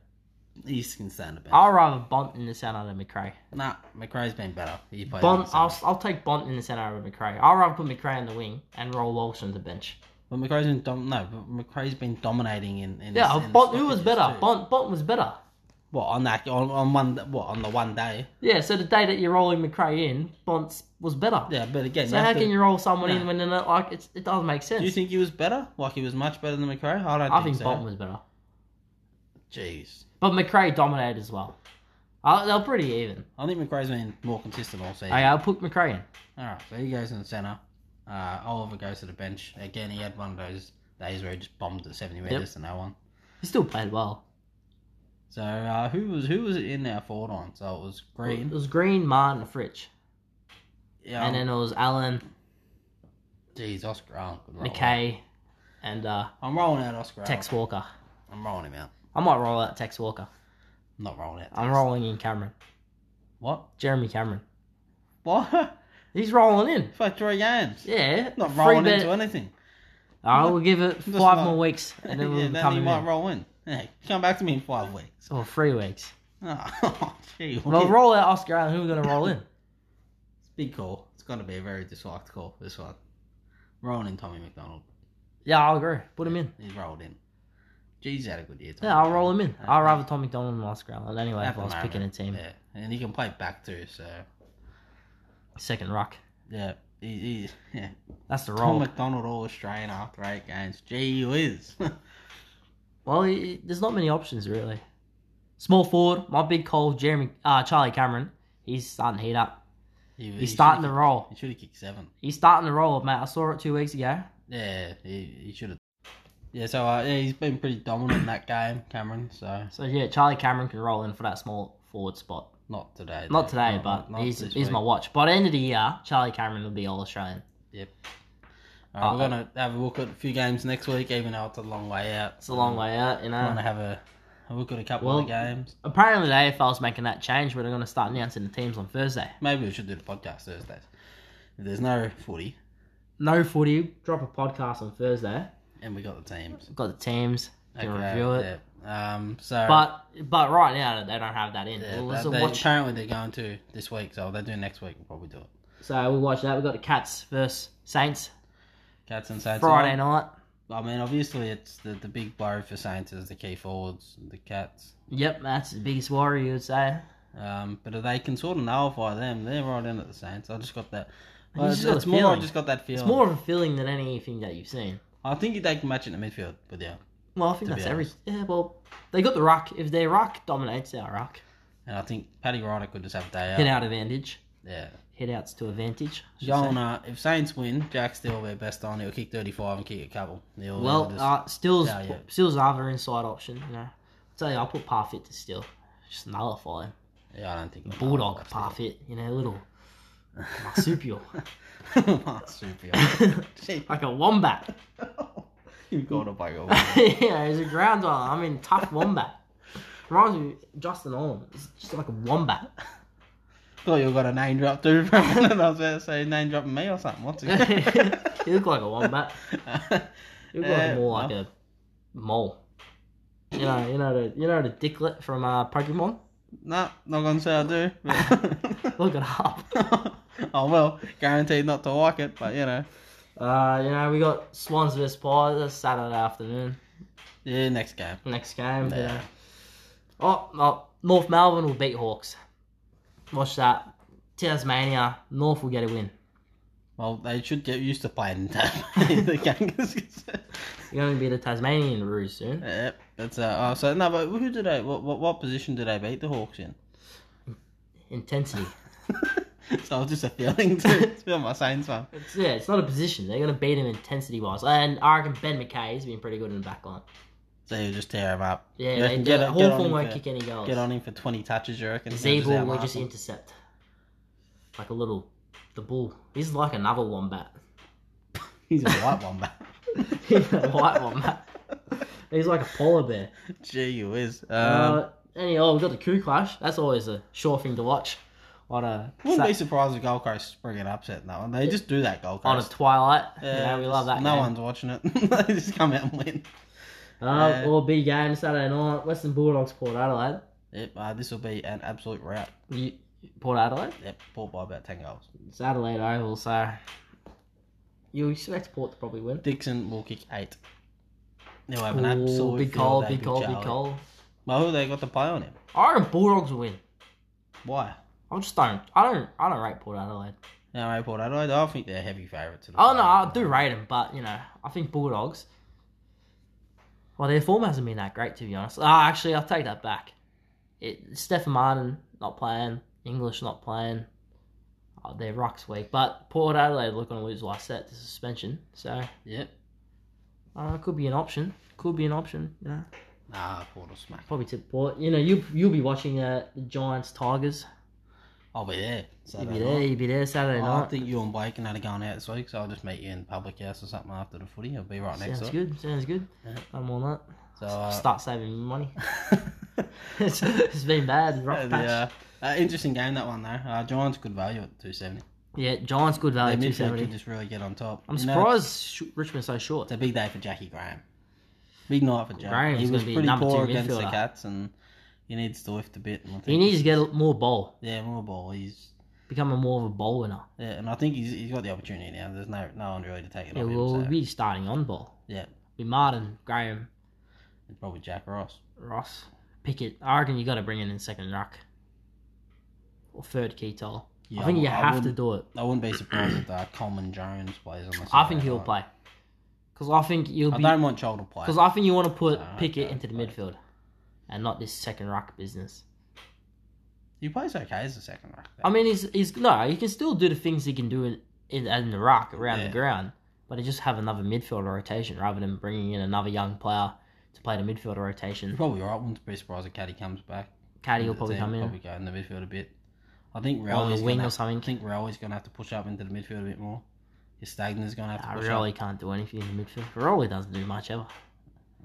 S1: East can stand the bench.
S2: I'd rather Bont in the centre than McRae.
S1: Nah, McRae's been better. He plays in the
S2: Bont,
S1: centre.
S2: I'll, I'll take Bont in the centre over McRae. I'd rather put McRae on the wing and roll Walsh on the bench.
S1: But McRae's been dom- no, but McRae's been dominating in. in
S2: Yeah,
S1: his- in
S2: Bont,
S1: his
S2: who was
S1: stoppages
S2: better?
S1: too.
S2: Bont, Bont was better.
S1: What on that on, on one what on the one day?
S2: Yeah, so the day that you're rolling McRae in, Bont was better.
S1: Yeah, but again,
S2: so
S1: you
S2: how
S1: have to-
S2: can you roll someone
S1: Nah.
S2: in when they're not like it's, it doesn't make sense.
S1: Do you think he was better? Like he was much better than McRae? I don't.
S2: I think
S1: so.
S2: Bont was better.
S1: Jeez,
S2: But McRae dominated as well. Uh, they're pretty even.
S1: I think McRae's been more consistent all season.
S2: Okay, I'll put McRae in.
S1: All right, so he goes in the centre. Uh, Oliver goes to the bench again. He had one of those days where he just bombed at seventy meters to no one.
S2: He still played well.
S1: So uh, who was who was it in our forward line? So it was
S2: It
S1: Green.
S2: was Green, Martin, and Fritch.
S1: Yeah,
S2: And then it was Allen,
S1: jeez, Oscar Allen. could roll out.
S2: McKay, and uh,
S1: I'm rolling out Oscar. Allen.
S2: Tex Walker.
S1: I'm rolling him out.
S2: I might roll out Tex Walker.
S1: I'm not rolling out.
S2: I'm
S1: Tex.
S2: rolling in Cameron.
S1: What?
S2: Jeremy Cameron.
S1: What?
S2: He's rolling in.
S1: For three games.
S2: Yeah.
S1: Not
S2: free
S1: rolling
S2: bet.
S1: into anything.
S2: I will give it
S1: Just
S2: five
S1: not-
S2: more weeks, and then
S1: yeah,
S2: we'll
S1: then
S2: come
S1: he
S2: in.
S1: might roll in. Hey, come back to me in five weeks.
S2: Or three weeks.
S1: Oh, gee,
S2: Well,
S1: we-
S2: roll out Oscar Allen. Who we going to roll in?
S1: big call. It's going to be a very disliked call, this one. Rolling in Tommy McDonald.
S2: Yeah, I'll agree. Put him in.
S1: He's rolled in. He's had a good year. Tom
S2: Yeah, I'll roll him
S1: Green.
S2: in. I'll rather Tom McDonald than Miles Growland anyway
S1: At
S2: if I
S1: the
S2: was
S1: moment,
S2: picking a team.
S1: Yeah, and he can play back too. So
S2: Second ruck.
S1: yeah, he, he, yeah.
S2: That's the
S1: Tom
S2: role.
S1: McDonald all Australian after eight games. Gee whiz.
S2: well, he- he- there's not many options really. Small forward, my big call, Jeremy, uh, Charlie Cameron. He's starting to heat up.
S1: he,
S2: He's starting to
S1: to.
S2: roll.
S1: He should have kicked seven.
S2: He's starting to roll, mate. I saw it two weeks ago.
S1: Yeah, he, he should have. Yeah, so uh, yeah, he's been pretty dominant in that game, Cameron. So
S2: So yeah, Charlie Cameron can roll in for that small forward spot.
S1: not today.
S2: Not
S1: though.
S2: today,
S1: Not-
S2: but
S1: not
S2: he's,
S1: this
S2: he's
S1: week.
S2: my watch. By the end of the year, Charlie Cameron will be all Australian.
S1: All right, we're
S2: uh,
S1: gonna have a look at a few games next week, even though it's a long way out.
S2: It's a long way out, you
S1: We're gonna
S2: know.
S1: have a, a look at a couple
S2: Well-
S1: of the games.
S2: Apparently, the AFL's making that change where they're going to start announcing the teams on Thursday.
S1: Maybe we should do the podcast Thursdays. If there's no footy,
S2: No footy, drop a podcast on Thursday.
S1: and we got the teams.
S2: We've got the teams, can review
S1: yeah.
S2: it.
S1: Um, so
S2: But but right now they don't have that in.
S1: yeah,
S2: we'll
S1: they-
S2: so
S1: they-
S2: watch.
S1: apparently they're going to this week, so they do next week. We'll probably do it.
S2: So we watch that. We have got the Cats versus Saints
S1: Cats and Saints.
S2: Friday
S1: on.
S2: night.
S1: I mean, obviously, it's the, the big blow for Saints is the key forwards, the Cats.
S2: Yep, that's the biggest worry you would say.
S1: Um, but if they can sort of nullify them, they're right in at the Saints. I just got that.
S2: You
S1: Well,
S2: just
S1: it's,
S2: got a
S1: it's more. I
S2: feeling.
S1: just got that feeling.
S2: It's more of a feeling than anything that you've seen.
S1: I think they can match it in the midfield with you,
S2: Well, I think
S1: To
S2: that's
S1: be
S2: every. Yeah, well, they got the ruck. If their ruck dominates our ruck,
S1: and I think Paddy Ryder could just have a day out.
S2: hit out advantage.
S1: Yeah.
S2: Hit outs to advantage. I should say.
S1: Going, uh, if Saints win, Jack Steele will be best on. He'll kick 35 and kick a couple. He'll,
S2: Well,
S1: he'll just-
S2: uh, Stills
S1: Yeah, yeah.
S2: Stills are their inside option. You know, I'll tell you, I'll put Parfit to Still, just nullify him.
S1: yeah, I don't think he'll
S2: Bulldog
S1: nullify
S2: Parfit, you know, little marsupial,
S1: Steele. Marsupial. Gee,
S2: like a wombat.
S1: you got a bagel.
S2: yeah, he's a ground dweller. I mean, tough wombat. Reminds me of Justin Olam. It's just like a wombat.
S1: Thought you got a name drop too for a minute. I was about to say name dropping me or something. What's
S2: he
S1: it?
S2: looked like a wombat. He looked like
S1: Uh,
S2: more like a mole. You know, you know the you know the dicklet from uh, Pokemon.
S1: no, not gonna say I do. but-
S2: Look it up.
S1: I will. Guaranteed not to like it, but you know.
S2: Uh, you know, we got Swans vs Pies that's Saturday afternoon.
S1: Yeah, next game.
S2: Next game.
S1: Nah.
S2: you know. Oh, oh, North Melbourne will beat Hawks. Watch that. Tasmania, North will get a win.
S1: Well, they should get used to playing the Kangas.
S2: You're going to be the Tasmanian Ruse soon.
S1: yep, that's uh. Oh, so no, but who did they? What, what what position did they beat the Hawks in?
S2: Intensity.
S1: so it's just a feeling to it's feel my Saints one.
S2: It's, yeah, it's not a position. They're going to beat him intensity wise. And I reckon Ben McKay has been pretty good in the back line.
S1: So you just tear him up.
S2: Yeah,
S1: You
S2: they
S1: reckon
S2: do.
S1: get on- get on
S2: Hawthorn
S1: him
S2: won't
S1: for-
S2: kick any goals.
S1: Get on him for twenty touches, you reckon?
S2: Zeeble will
S1: We're
S2: just intercept. Like a little. The bull. He's like another wombat.
S1: He's a white one, man.
S2: He's a white wombat. He's like a polar bear.
S1: Gee whiz. Um,
S2: uh, anyhow, we've got the Coup Clash. That's always a sure thing to watch on a
S1: wouldn't
S2: Sat-
S1: be surprised if Gold Coast spring an upset in that one. They just do that Gold
S2: on a
S1: Coast.
S2: twilight.
S1: Yeah,
S2: yeah, we
S1: just-
S2: love that.
S1: No
S2: game.
S1: one's watching it. they just come out and win.
S2: Uh,
S1: Yeah.
S2: All big game Saturday night. Western Bulldogs, Port Adelaide.
S1: Yep, uh, this will be an absolute rout.
S2: You, Port Adelaide.
S1: Yep, Port by about ten goals.
S2: It's Adelaide Oval, so you expect Port to probably win.
S1: Dixon will kick eight. They'll have an
S2: Ooh,
S1: absolute
S2: big
S1: field
S2: call,
S1: day,
S2: big call, big
S1: Charlie.
S2: call.
S1: Well, who they got to play on him?
S2: I reckon Bulldogs will win.
S1: Why?
S2: I just don't. I don't. I don't rate Port Adelaide.
S1: No, right, Port Adelaide. I think they're heavy favourites. in the
S2: Oh no,
S1: final.
S2: I do rate them, but you know, I think Bulldogs. Well, their form hasn't been that great to be honest. Ah, actually, I'll take that back. It Stefan Martin not playing, English not playing. Oh, their rucks weak, but Port Adelaide look going to lose last set to suspension, so
S1: Yep.
S2: uh, it could be an option. Could be an option. You know,
S1: Nah, Port will smack.
S2: probably tip Port. You know, you you'll be watching uh, the Giants Tigers.
S1: I'll be there.
S2: You'll
S1: Saturday
S2: be there.
S1: night.
S2: You'll be there Saturday
S1: I
S2: night.
S1: think you and Blake and I are going out this week, so I'll just meet you in public house or something after the footy. I'll be right next
S2: Sounds
S1: to it.
S2: good. Sounds good.
S1: Yeah.
S2: I'm on that.
S1: So, uh,
S2: Start saving money. it's,
S1: yeah,
S2: it's been bad. Rough
S1: the,
S2: patch.
S1: uh, uh, interesting game that one though. Uh, Giants good value at two seventy.
S2: Yeah, Giants good
S1: They
S2: value Uh, two
S1: midfield could
S2: seventy.
S1: just really get on top.
S2: I'm
S1: You know,
S2: surprised sh- Richmond's so short.
S1: it's a big day for Jackie Graham. Big night for Jack.
S2: Graham's
S1: he
S2: gonna
S1: was
S2: be
S1: pretty
S2: number two
S1: poor against the
S2: midfielder.
S1: Cats, and he needs to lift a bit. And I think
S2: He needs to get more bowl,
S1: yeah more ball. He's
S2: become a more of a bowl winner.
S1: yeah, and I think he's, he's got the opportunity now. There's no no one really to take it
S2: Yeah,
S1: off him.
S2: well,
S1: so.
S2: we'll be starting on ball.
S1: Yeah.
S2: Be Martin, Graham,
S1: It's probably Jack Ross.
S2: Ross. Pickett. I reckon you got to bring in in second ruck. Or third key tall.
S1: Yeah,
S2: I think you
S1: I
S2: have to
S1: wouldn't-
S2: do it.
S1: I wouldn't be surprised if uh, Coleman Jones plays on the.
S2: I
S1: side
S2: think he'll
S1: tonight.
S2: play. Because I think you'll
S1: I
S2: be.
S1: don't want Joel to play.
S2: Because I think you want to put
S1: Nah,
S2: Pickett
S1: okay,
S2: into the
S1: play.
S2: midfield and not this second ruck business.
S1: He plays okay as a second ruck. though.
S2: I mean, he's, he's no, he can still do the things he can do in, in, in the ruck around
S1: Yeah.
S2: the ground, but he just have another midfield rotation rather than bringing in another young player to play the midfield
S1: You're
S2: rotation.
S1: probably right. Wouldn't be surprised if Caddy comes back.
S2: Caddy
S1: into
S2: will
S1: the
S2: probably
S1: team,
S2: come in
S1: Probably go in the midfield a bit. I think
S2: on
S1: Raleigh's
S2: the wing
S1: gonna
S2: or
S1: have, I
S2: something.
S1: think Raleigh's gonna have to push up into the midfield a bit more. His Stagnar's gonna have to
S2: I
S1: push
S2: really can't do anything in the midfield. Rolly doesn't do much ever.
S1: up.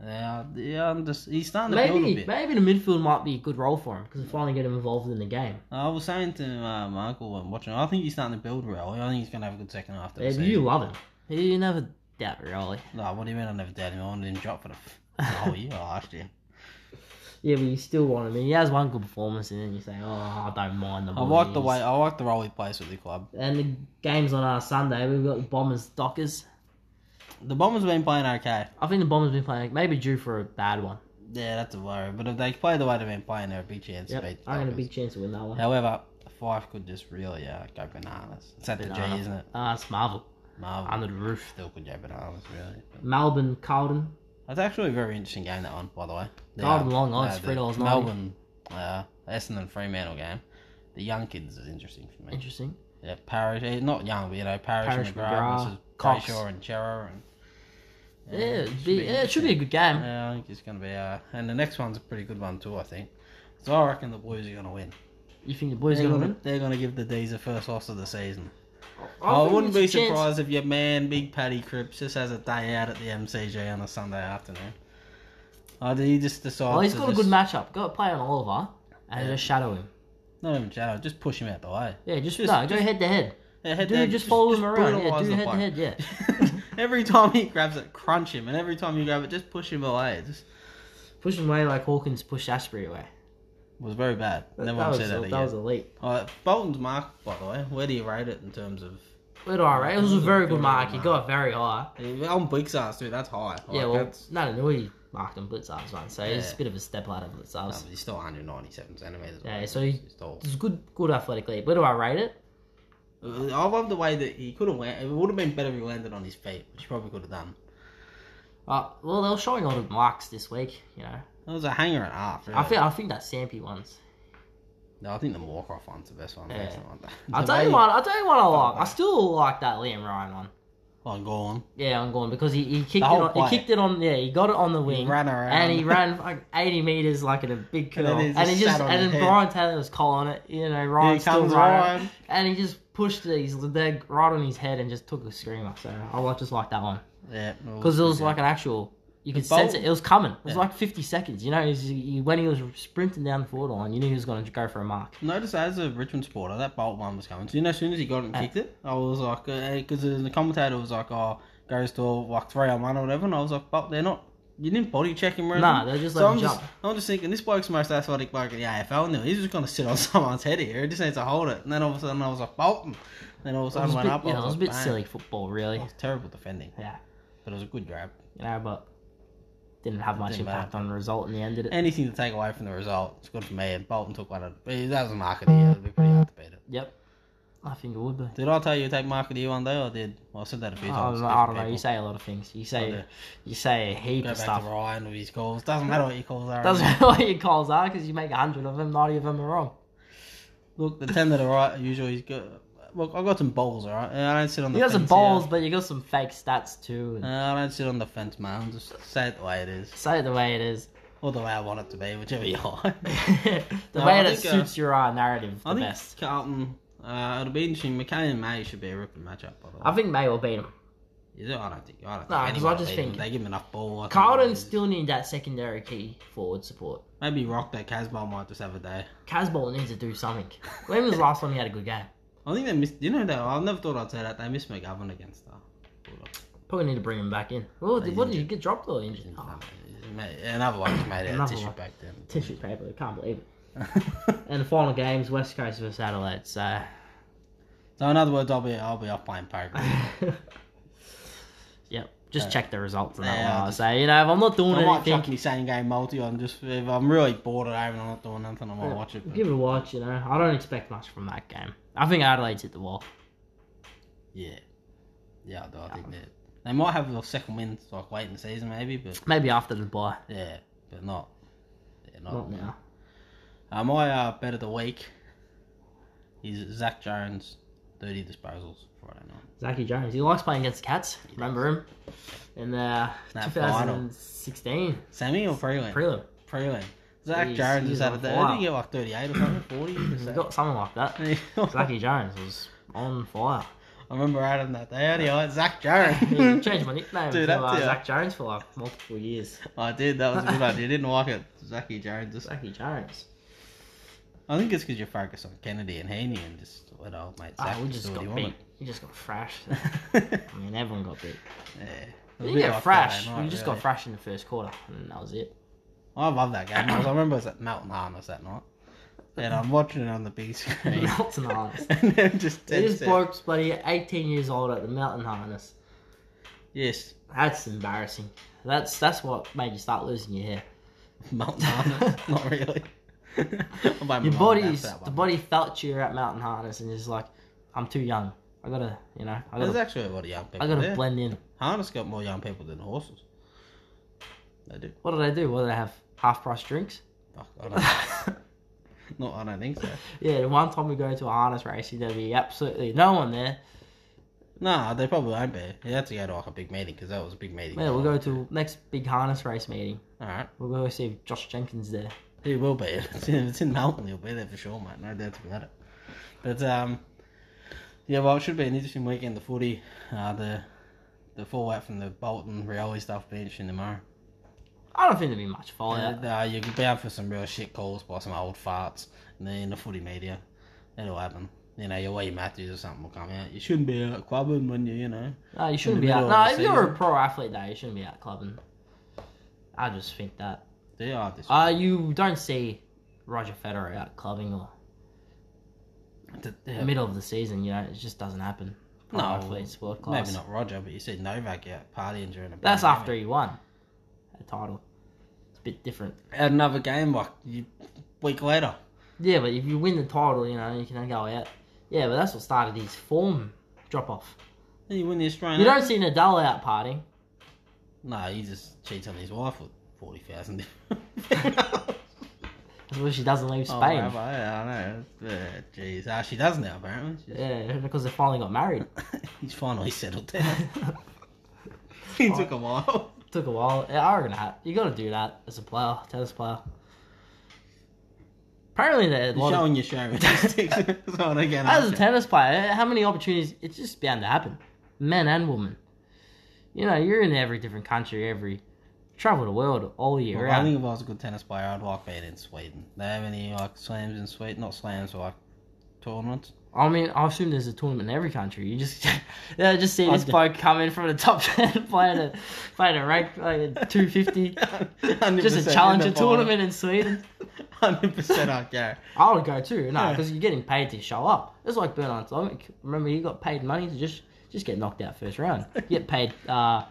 S1: Yeah, yeah. I'm just he's starting to build a
S2: Maybe
S1: bit.
S2: maybe the midfield might be a good role for him because finally get him involved in the game.
S1: I was saying to uh, my uncle when watching, I think he's starting to build Raleighs. I think he's gonna have a good second half. to the
S2: Maybe
S1: season.
S2: you love him. You never doubt Rolly.
S1: No, what do you mean I never doubted him? I wanted him to drop for the, f- the whole year last year.
S2: Yeah, but you still want him. And he has one good performance, and then you say, "Oh, I don't mind the."
S1: I like the
S2: boys."
S1: way I like the role he plays with the club.
S2: And the games on our Sunday, we've got Bombers Dockers.
S1: The Bombers have been playing okay.
S2: I think the Bombers been playing maybe due for a bad one.
S1: Yeah, that's a worry. But if they play the way they've been playing, they're a big chance
S2: Yep.
S1: to beat the
S2: I'm gonna
S1: Dockers.
S2: big chance to win that one.
S1: However, Fife could just really uh, go bananas. It's at the
S2: Banana.
S1: G, isn't it?
S2: Ah, it's Marvel
S1: Marvel
S2: under the roof.
S1: still could go bananas, really. But-
S2: Melbourne Carlton.
S1: That's actually a very interesting game, that one, by the way. The, uh,
S2: Carlton long odds,
S1: the
S2: $3.90.
S1: Melbourne, uh, Essendon Fremantle game. The young kids is interesting for me.
S2: Interesting.
S1: Yeah, Parrish, eh, not young, but you know, Parrish,
S2: Parrish,
S1: and McGrath,
S2: McGrath,
S1: versus
S2: Cox.
S1: Brayshaw and Chera. And,
S2: Yeah, it'd be, yeah, it should be a good game.
S1: Yeah, I think it's going to be. Uh, and the next one's a pretty good one, too, I think. So I reckon the Blues are going to win.
S2: You think the boys
S1: They're
S2: are gonna
S1: gonna-
S2: win?
S1: They're going to give the D's the first loss of the season.
S2: I
S1: I,
S2: think
S1: wouldn't be
S2: there's a chance.
S1: surprised if your man, Big Paddy Cripps, just has a day out at the MCG on a Sunday afternoon. Oh, did he just decide?
S2: Well, he's
S1: to
S2: got a
S1: just,
S2: good matchup. Go play on Oliver and
S1: Yeah.
S2: just shadow him.
S1: Not even shadow, just push him out the way.
S2: Yeah, just,
S1: Just-
S2: no, go head to head.
S1: Yeah,
S2: Dude,
S1: down,
S2: just, follow him around. Yeah,
S1: brutalise
S2: do
S1: the
S2: head to
S1: bloke.
S2: head. Yeah.
S1: every time he grabs it, crunch him, and every time you grab it, just push him away. It just
S2: Push him away like Hawkins pushed Ashbury away.
S1: was very bad.
S2: That,
S1: Never
S2: that
S1: want
S2: was,
S1: to say that
S2: that
S1: again.
S2: was elite.
S1: Alright, Bolton's mark, by the way, where do you rate it in terms of?
S2: But alright, it was a
S1: Mm.
S2: very good mark. He got it very high.
S1: On Bleak's ass, dude, that's high. Like,
S2: yeah, well,
S1: that's,
S2: no, no, he marked on Blitzarves one, so he's
S1: Yeah.
S2: a bit of a step ladder
S1: no,
S2: Blitzarves.
S1: but um, he's still 197 centimeters.
S2: Yeah,
S1: away.
S2: so he-
S1: He's tall.
S2: It's good, good athletically. Where do I rate it?
S1: I love the way that he could have went. It would have been better if he landed on his feet, which he probably could have done.
S2: Uh, well, they were showing all the marks this week. You know,
S1: That was a hanger and a half. Really.
S2: I think I think that Sampy one's.
S1: No, I think the Warcroft one's the best one.
S2: Yeah.
S1: That's the one.
S2: I'll
S1: The
S2: tell
S1: way
S2: you
S1: he-
S2: one. I'll tell you one I like. I still like that Liam Ryan one.
S1: Oh, go on.
S2: Yeah, I'm going because he, he kicked it.
S1: whole
S2: On,
S1: play.
S2: he kicked it on. Yeah, he got it on the
S1: He
S2: wing,
S1: ran around.
S2: and he ran like 80 meters like in a big
S1: And then
S2: curl,
S1: he
S2: and,
S1: just
S2: he just
S1: sat on
S2: and
S1: his
S2: then
S1: head.
S2: Brian Taylor was calling it. You know, Ryan
S1: Here
S2: still
S1: comes
S2: ran,
S1: Ryan.
S2: and he just pushed it. He's leg right on his head and just took a screamer. So I like- just like that one.
S1: Yeah.
S2: because it was like an actual. You could
S1: The
S2: sense
S1: bolt-
S2: it. It was coming. It was
S1: Yeah.
S2: like 50 seconds. You know, he's- he- when he was sprinting down the forward line, you knew he was going to go for a mark.
S1: Notice as a Richmond supporter, that Bolt one was coming. So, you know, as soon as he
S2: Ah.
S1: got it and kicked it, I was like, because the commentator was like, oh, goes to like three on one or whatever. And I was like, Bolt, they're not. You didn't body check him or anything.
S2: Nah, they just let
S1: so
S2: him
S1: I'm just,
S2: jump.
S1: I'm just thinking, this bloke's the most athletic bloke in the AFL now. He's just going to sit on someone's head here. He just needs to hold it. And then all of a sudden, I was like, Bolton. Then all of a
S2: It
S1: sudden,
S2: was, a
S1: went
S2: bit,
S1: up.
S2: you
S1: I
S2: know, it was a
S1: like,
S2: bit
S1: "Bang."
S2: silly football, really.
S1: It was terrible defending,
S2: Yeah.
S1: but it was a good grab.
S2: You know, but didn't have much
S1: Didn't
S2: impact on the result in the end, did it?
S1: Anything to take away from the result, it's good for me. And Bolton took one. Of, but that was mark of the year. It'd be pretty hard to beat it.
S2: Yep. I think it would be.
S1: Did I tell you to take mark of the year one day? Or did well, I said that a few
S2: I
S1: times. to
S2: don't, know, Oh, I
S1: different
S2: don't know. You
S1: people.
S2: say a lot of things. You say
S1: do.
S2: you say a heap
S1: Go back
S2: of
S1: to
S2: stuff.
S1: Ryan with his calls. Doesn't matter what your calls are.
S2: Doesn't matter what your calls are because you make a hundred of them, ninety of them are wrong.
S1: Look, the ten to the right usually is good. Look, I got some bowls, alright. And I don't sit on the.
S2: You got some
S1: fence
S2: balls,
S1: here.
S2: but you got some fake stats too. And
S1: Uh, I don't sit on the fence, man. Just say it the way it is,
S2: Say it the way it is.
S1: or the way I want it to be, whichever you like.
S2: the
S1: No,
S2: way
S1: I
S2: that
S1: think, uh,
S2: suits your uh, narrative the
S1: I think
S2: best.
S1: Carlton. Uh, it'll be interesting. McKay and May should be a ripping matchup. By the way,
S2: I think May will beat him.
S1: Is it? I don't think. I don't
S2: No, 'cause
S1: think. anyone
S2: I just
S1: beat them.
S2: think-
S1: they give him enough ball. I think
S2: Carlton
S1: it's-
S2: still need that secondary key forward support.
S1: maybe rock that Casbolt might just have a day.
S2: Casbolt needs to do something. When was the last time he had a good game?
S1: I think they missed. You know that I never thought I'd say that they missed McGovern against uh, Bulldogs.
S2: Probably need to bring him back in. Well,
S1: He's
S2: did, what did you
S1: injured.
S2: get dropped or injured?
S1: Didn't
S2: Oh,
S1: come. Mate, Another one just made out of
S2: Another
S1: tissue
S2: one.
S1: back then.
S2: tissue paper. I can't believe it.
S1: so
S2: And the final games West Coast versus Adelaide. So
S1: in other words, I'll be I'll be off playing poker.
S2: yep. Just
S1: Yeah.
S2: check the results of
S1: Uh,
S2: that
S1: Yeah,
S2: one.
S1: I'll
S2: I'll
S1: just-
S2: say, you know, if I'm not doing
S1: I might chuck
S2: anything,
S1: me same game multi on just if I'm really bored at home and I'm not doing nothing, I might
S2: Yeah.
S1: watch it. but-
S2: give it a watch. You know, I don't expect much from that game. I think Adelaide's hit the wall.
S1: Yeah, yeah, I, do. I think that they might have a second win like late in the season maybe, but
S2: Maybe after the bye,
S1: yeah, but not. Yeah, not,
S2: not now.
S1: Uh, my uh, bet of the week is Zach Jones, thirty disposals Friday night.
S2: Zachy E. Jones, he likes playing against the Cats. Remember him in the
S1: That final.
S2: 2016
S1: Semi or prelim?
S2: prelim.
S1: prelim. Zach
S2: Jeez,
S1: Jones
S2: he's
S1: has had a
S2: on
S1: day.
S2: fire.
S1: Did he get like 38 or something? 40? Or
S2: He
S1: something?
S2: got something like that. Zachy Jones was on fire.
S1: I remember adding that day. How do you like Zach
S2: Yeah,
S1: Jones?
S2: changed my nickname
S1: Dude,
S2: to
S1: that's
S2: uh,
S1: it.
S2: Zach Jones for like multiple years.
S1: I did. That was a good idea. Didn't like it. Zachy Jones. Just,
S2: Zachy E. Jones.
S1: I think it's because you focus on Kennedy and Haney and just let old mate Zach E.
S2: Ah, we
S1: do
S2: just
S1: what he
S2: got beat.
S1: wanted.
S2: You just got thrashed.
S1: yeah.
S2: I mean, everyone got beat.
S1: It
S2: We
S1: was a
S2: didn't
S1: bit
S2: get
S1: like
S2: thrashed.
S1: Friday night,
S2: We just
S1: really.
S2: got thrashed in the first quarter, and that was it.
S1: I love that game. 'cause I remember it was at Melton Harness that night. And I'm watching it on the big screen.
S2: Melton Harness.
S1: and then just
S2: This
S1: text it.
S2: bloke's bloody 18 years old at the mountain harness.
S1: Yes,
S2: That's embarrassing. That's that's what made you start losing your hair.
S1: Melton Harness. Not really. I blame
S2: Your
S1: my mum and dad for
S2: body's
S1: that one.
S2: the body felt you were at mountain harness, and it's like, I'm too young. I gotta, you know, I
S1: There's
S2: gotta,
S1: actually a lot of young people
S2: I gotta
S1: there.
S2: blend in.
S1: Harness got more young people than horses. They do.
S2: What did I do? What did I have? Half price drinks.
S1: Fuck, I don't, no, I don't think so.
S2: Yeah, the one time we go to a harness race, there'll be absolutely no one there.
S1: Nah, they probably won't be. You had to go to like a big meeting because that was a big meeting.
S2: Yeah, we'll go to next big harness race meeting.
S1: All right,
S2: We'll go see if Josh Jenkins there.
S1: he will be. It's in, it's in Melbourne. He'll be there for sure, mate. No doubt about it. But um, yeah, well, it should be an interesting weekend. The footy, uh, the the fallout from the Bolton Rioli stuff will be interesting tomorrow.
S2: I don't think there'll be much fallout.
S1: Uh, uh, you're bound for some real shit calls by some old farts in the, in the footy media. It'll happen. You know, your Wayne Matthews or something will come out. You shouldn't be out clubbing when you, you know.
S2: No, you shouldn't
S1: the
S2: be out.
S1: middle of
S2: No,
S1: the
S2: if you're a
S1: season.
S2: pro athlete, though, you shouldn't be out clubbing. I just think that.
S1: They are this.
S2: Uh, you don't see Roger Federer out clubbing or
S1: Th-
S2: the middle of the season. You know, it just doesn't happen. Pro
S1: No,
S2: athletes, world class.
S1: Maybe not Roger, but you see Novak out partying during a
S2: That's
S1: pandemic.
S2: after he won a title. It's a bit different.
S1: Had another game like you, week later.
S2: Yeah, but if you win the title, you know you can then go out. Yeah, but that's what started his form drop off.
S1: Then you win the Australian.
S2: You don't see Nadal out partying.
S1: No, he just cheats on his wife with forty thousand.
S2: That's why she doesn't leave
S1: Oh,
S2: Spain.
S1: whatever, yeah, I know. Yeah, Jeez, Ah, she does now apparently. She's-
S2: yeah, because they finally got married.
S1: He's finally settled down. it took a while.
S2: Took a while. Yeah, I reckon that. You gotta do that as a player, tennis player. Apparently, there a
S1: You're
S2: lot of,
S1: showing your characteristics. That's what I get
S2: as a
S1: after.
S2: tennis player, how many opportunities? It's just bound to happen, men and women. You know, you're in every different country, every travel the world all year
S1: Well, I
S2: round.
S1: think if I was a good tennis player, I'd like being in Sweden. They have any like slams in Sweden? Not slams, but like tournaments.
S2: I mean, I assume there's a tournament in every country. You just, yeah, just see
S1: I
S2: this
S1: d-
S2: bloke come in from the top ten, playing a playing a rank like a 250, just a challenger tournament in Sweden.
S1: Hundred percent, I'd go.
S2: I would go too. No,
S1: Yeah.
S2: because you're getting paid to show up. It's like Bernard Tomic. Remember, you got paid money to just just get knocked out first round. You get paid uh,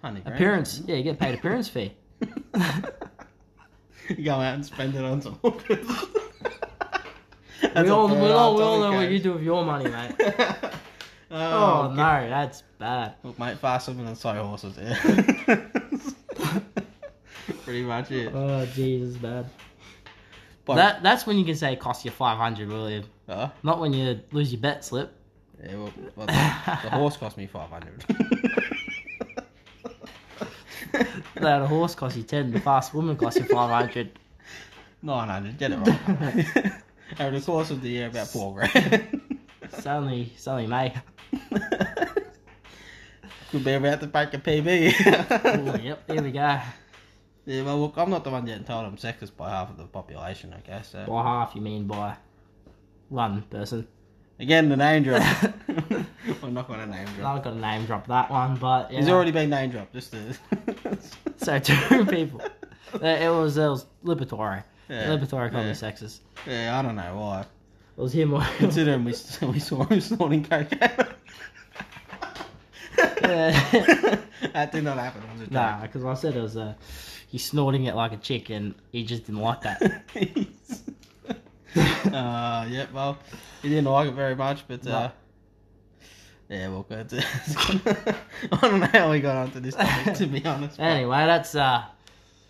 S1: Hundred grand.
S2: appearance. Yeah, you get paid appearance fee.
S1: You go out and spend it on some hookers.
S2: we all we all, we all know what you do with your money, mate.
S1: oh,
S2: Oh no, that's bad.
S1: Look, mate, fast something than soy horses. Yeah. Pretty much it.
S2: Oh Jesus, bad.
S1: But,
S2: That that's when you can say it cost you five hundred, William.
S1: uh,
S2: Not when you lose your bet slip.
S1: yeah, well, well, the horse cost me five hundred.
S2: That a horse cost you ten. The fast woman cost you five hundred.
S1: Nine hundred, get it right. Over the course of the year, about four grand.
S2: It's only it's only May.
S1: Could be about to break a PB.
S2: Ooh, yep, there we go.
S1: yeah, well, look, I'm not the one getting told I'm sexist by half of the population, okay? So,
S2: By half, you mean by one person.
S1: again, the name drop. We're not going to name drop.
S2: I've got to name drop that one, but yeah.
S1: He's already been name dropped, just to.
S2: so two people. Uh, It was it was Liberatore.
S1: Yeah,
S2: Liberatore called
S1: yeah.
S2: me sexist.
S1: yeah, I don't know why.
S2: It was him. Or...
S1: Considering we, we saw him snorting cocaine.
S2: Yeah.
S1: that did not happen. It was a joke.
S2: Nah, because I said it was uh, he's snorting it like a chick, and he just didn't like that.
S1: uh, yeah, well, he didn't like it very much, but uh, yeah, we'll go to. I don't know how we got onto this topic, to be honest. but-
S2: anyway, that's uh,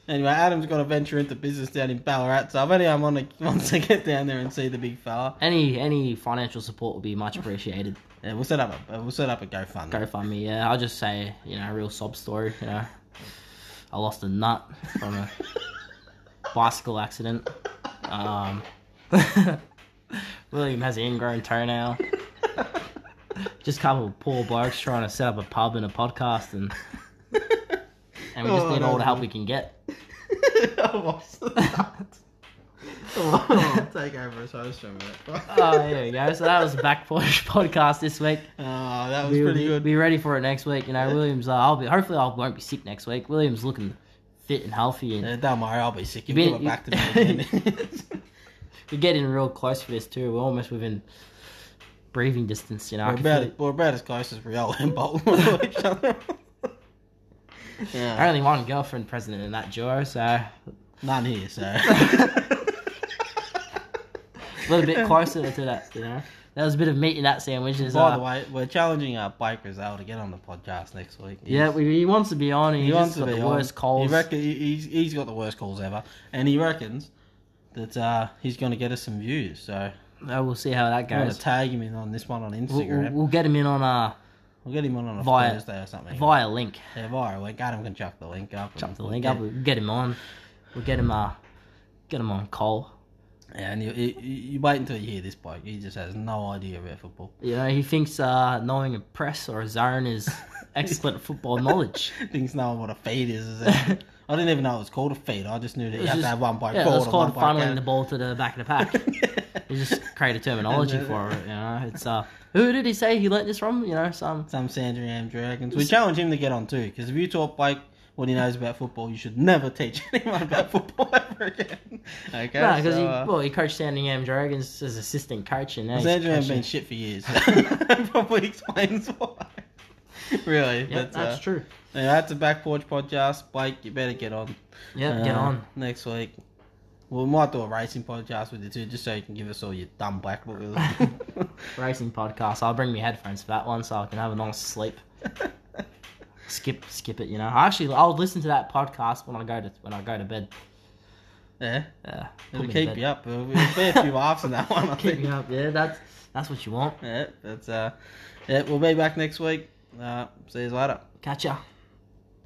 S1: Anyway, Adam's got to venture into business down in Ballarat, so if anyone want to, wants to get down there and see the big fella,
S2: any any financial support would be much appreciated.
S1: yeah, we'll set up a we'll set up a GoFundMe.
S2: GoFundMe, yeah. I'll just say, you know, a real sob story. You know, I lost a nut from a bicycle accident. Um, William has an ingrown toenail. Just a couple of poor blokes trying to set up a pub and a podcast, and and we just
S1: Oh,
S2: need
S1: no,
S2: all the help
S1: no.
S2: we can get.
S1: I lost the nut. Oh, take over as host from it.
S2: Oh, there you go. So that was the Back Porch podcast this week.
S1: Oh, that was
S2: We'll
S1: pretty
S2: be-
S1: good.
S2: Be ready for it next week. You know, Williams. Uh, I'll be. Hopefully, I won't be sick next week. Williams looking fit and healthy, and
S1: Yeah, don't worry, I'll be sick. You
S2: Been-
S1: give it back to me. Again.
S2: we're getting real close for this too. We're almost within breathing distance. You know, I
S1: we're,
S2: can
S1: about,
S2: feel it.
S1: we're about as close as Riola and Bolton were to each other. yeah,
S2: Apparently, one girlfriend president in that duo, so a
S1: none here, so.
S2: little bit closer to that. You know, there was a bit of meat in that sandwich. Is,
S1: By
S2: uh,
S1: the way, we're challenging our bike Rizal to get on the podcast next week.
S2: yeah, we, he wants to be on. And he,
S1: He wants to
S2: got
S1: be
S2: the
S1: on.
S2: worst calls.
S1: He reckon, he- he's, he's got the worst calls ever, and he reckons that uh, he's going to get us some views. So
S2: Uh, we'll see how that
S1: I'm going to
S2: goes.
S1: tag him in on this one on
S2: We'll, we'll,
S1: Instagram.
S2: we'll get him in on uh,
S1: We'll get him on on a
S2: Via-
S1: Thursday or something.
S2: via link.
S1: yeah, via a link. Adam can chuck the link up.
S2: Chuck
S1: and
S2: the
S1: we'll
S2: link
S1: get-
S2: up. We'll get him on. We'll get him. Uh, get him on call.
S1: Yeah, and you, you, you wait until you hear this bloke. He just has no idea about football.
S2: You know, he thinks uh, knowing a press or a zone is excellent football knowledge.
S1: Thinks knowing what a feed is. is it? I didn't even know it was called a feed. I just knew that you
S2: was
S1: have to
S2: just-
S1: have one bike
S2: yeah,
S1: forward
S2: it's called
S1: and one bike
S2: funneling the ball to the back of the pack.
S1: out.
S2: He just created terminology
S1: And, uh,
S2: for it. You know, it's uh, who did he say he learnt this from? You know, some
S1: Some Sandringham Dragons. We challenge him to get on too, because if you talk like what he knows about football, you should never teach anyone about football ever again. Okay.
S2: no, because
S1: so,
S2: he
S1: uh,
S2: well he coached Sandringham Dragons as assistant coach, and now he's
S1: Sandringham been
S2: coaching-
S1: shit for years. That Probably explains why. Really,
S2: Yeah,
S1: but uh,
S2: that's true.
S1: anyway, that's a back porch podcast. Blake, you better get on.
S2: Yeah,
S1: Uh,
S2: get on.
S1: next week. We might do a racing podcast with you too, just so you can give us all your dumb black book.
S2: Racing podcast. I'll bring my headphones for that one, so I can have a nice sleep. Skip, skip it. You know, actually, I'll listen to that podcast when I go to when I go to bed.
S1: yeah,
S2: Yeah, put
S1: it'll
S2: me to
S1: keep
S2: bed.
S1: you up. It'll be it'll be a few laughs in that one. I
S2: Keep
S1: think.
S2: me up. Yeah, that's that's what you want.
S1: Yeah, that's uh, yeah. We'll be back next week. Uh, see you later.
S2: Catch ya.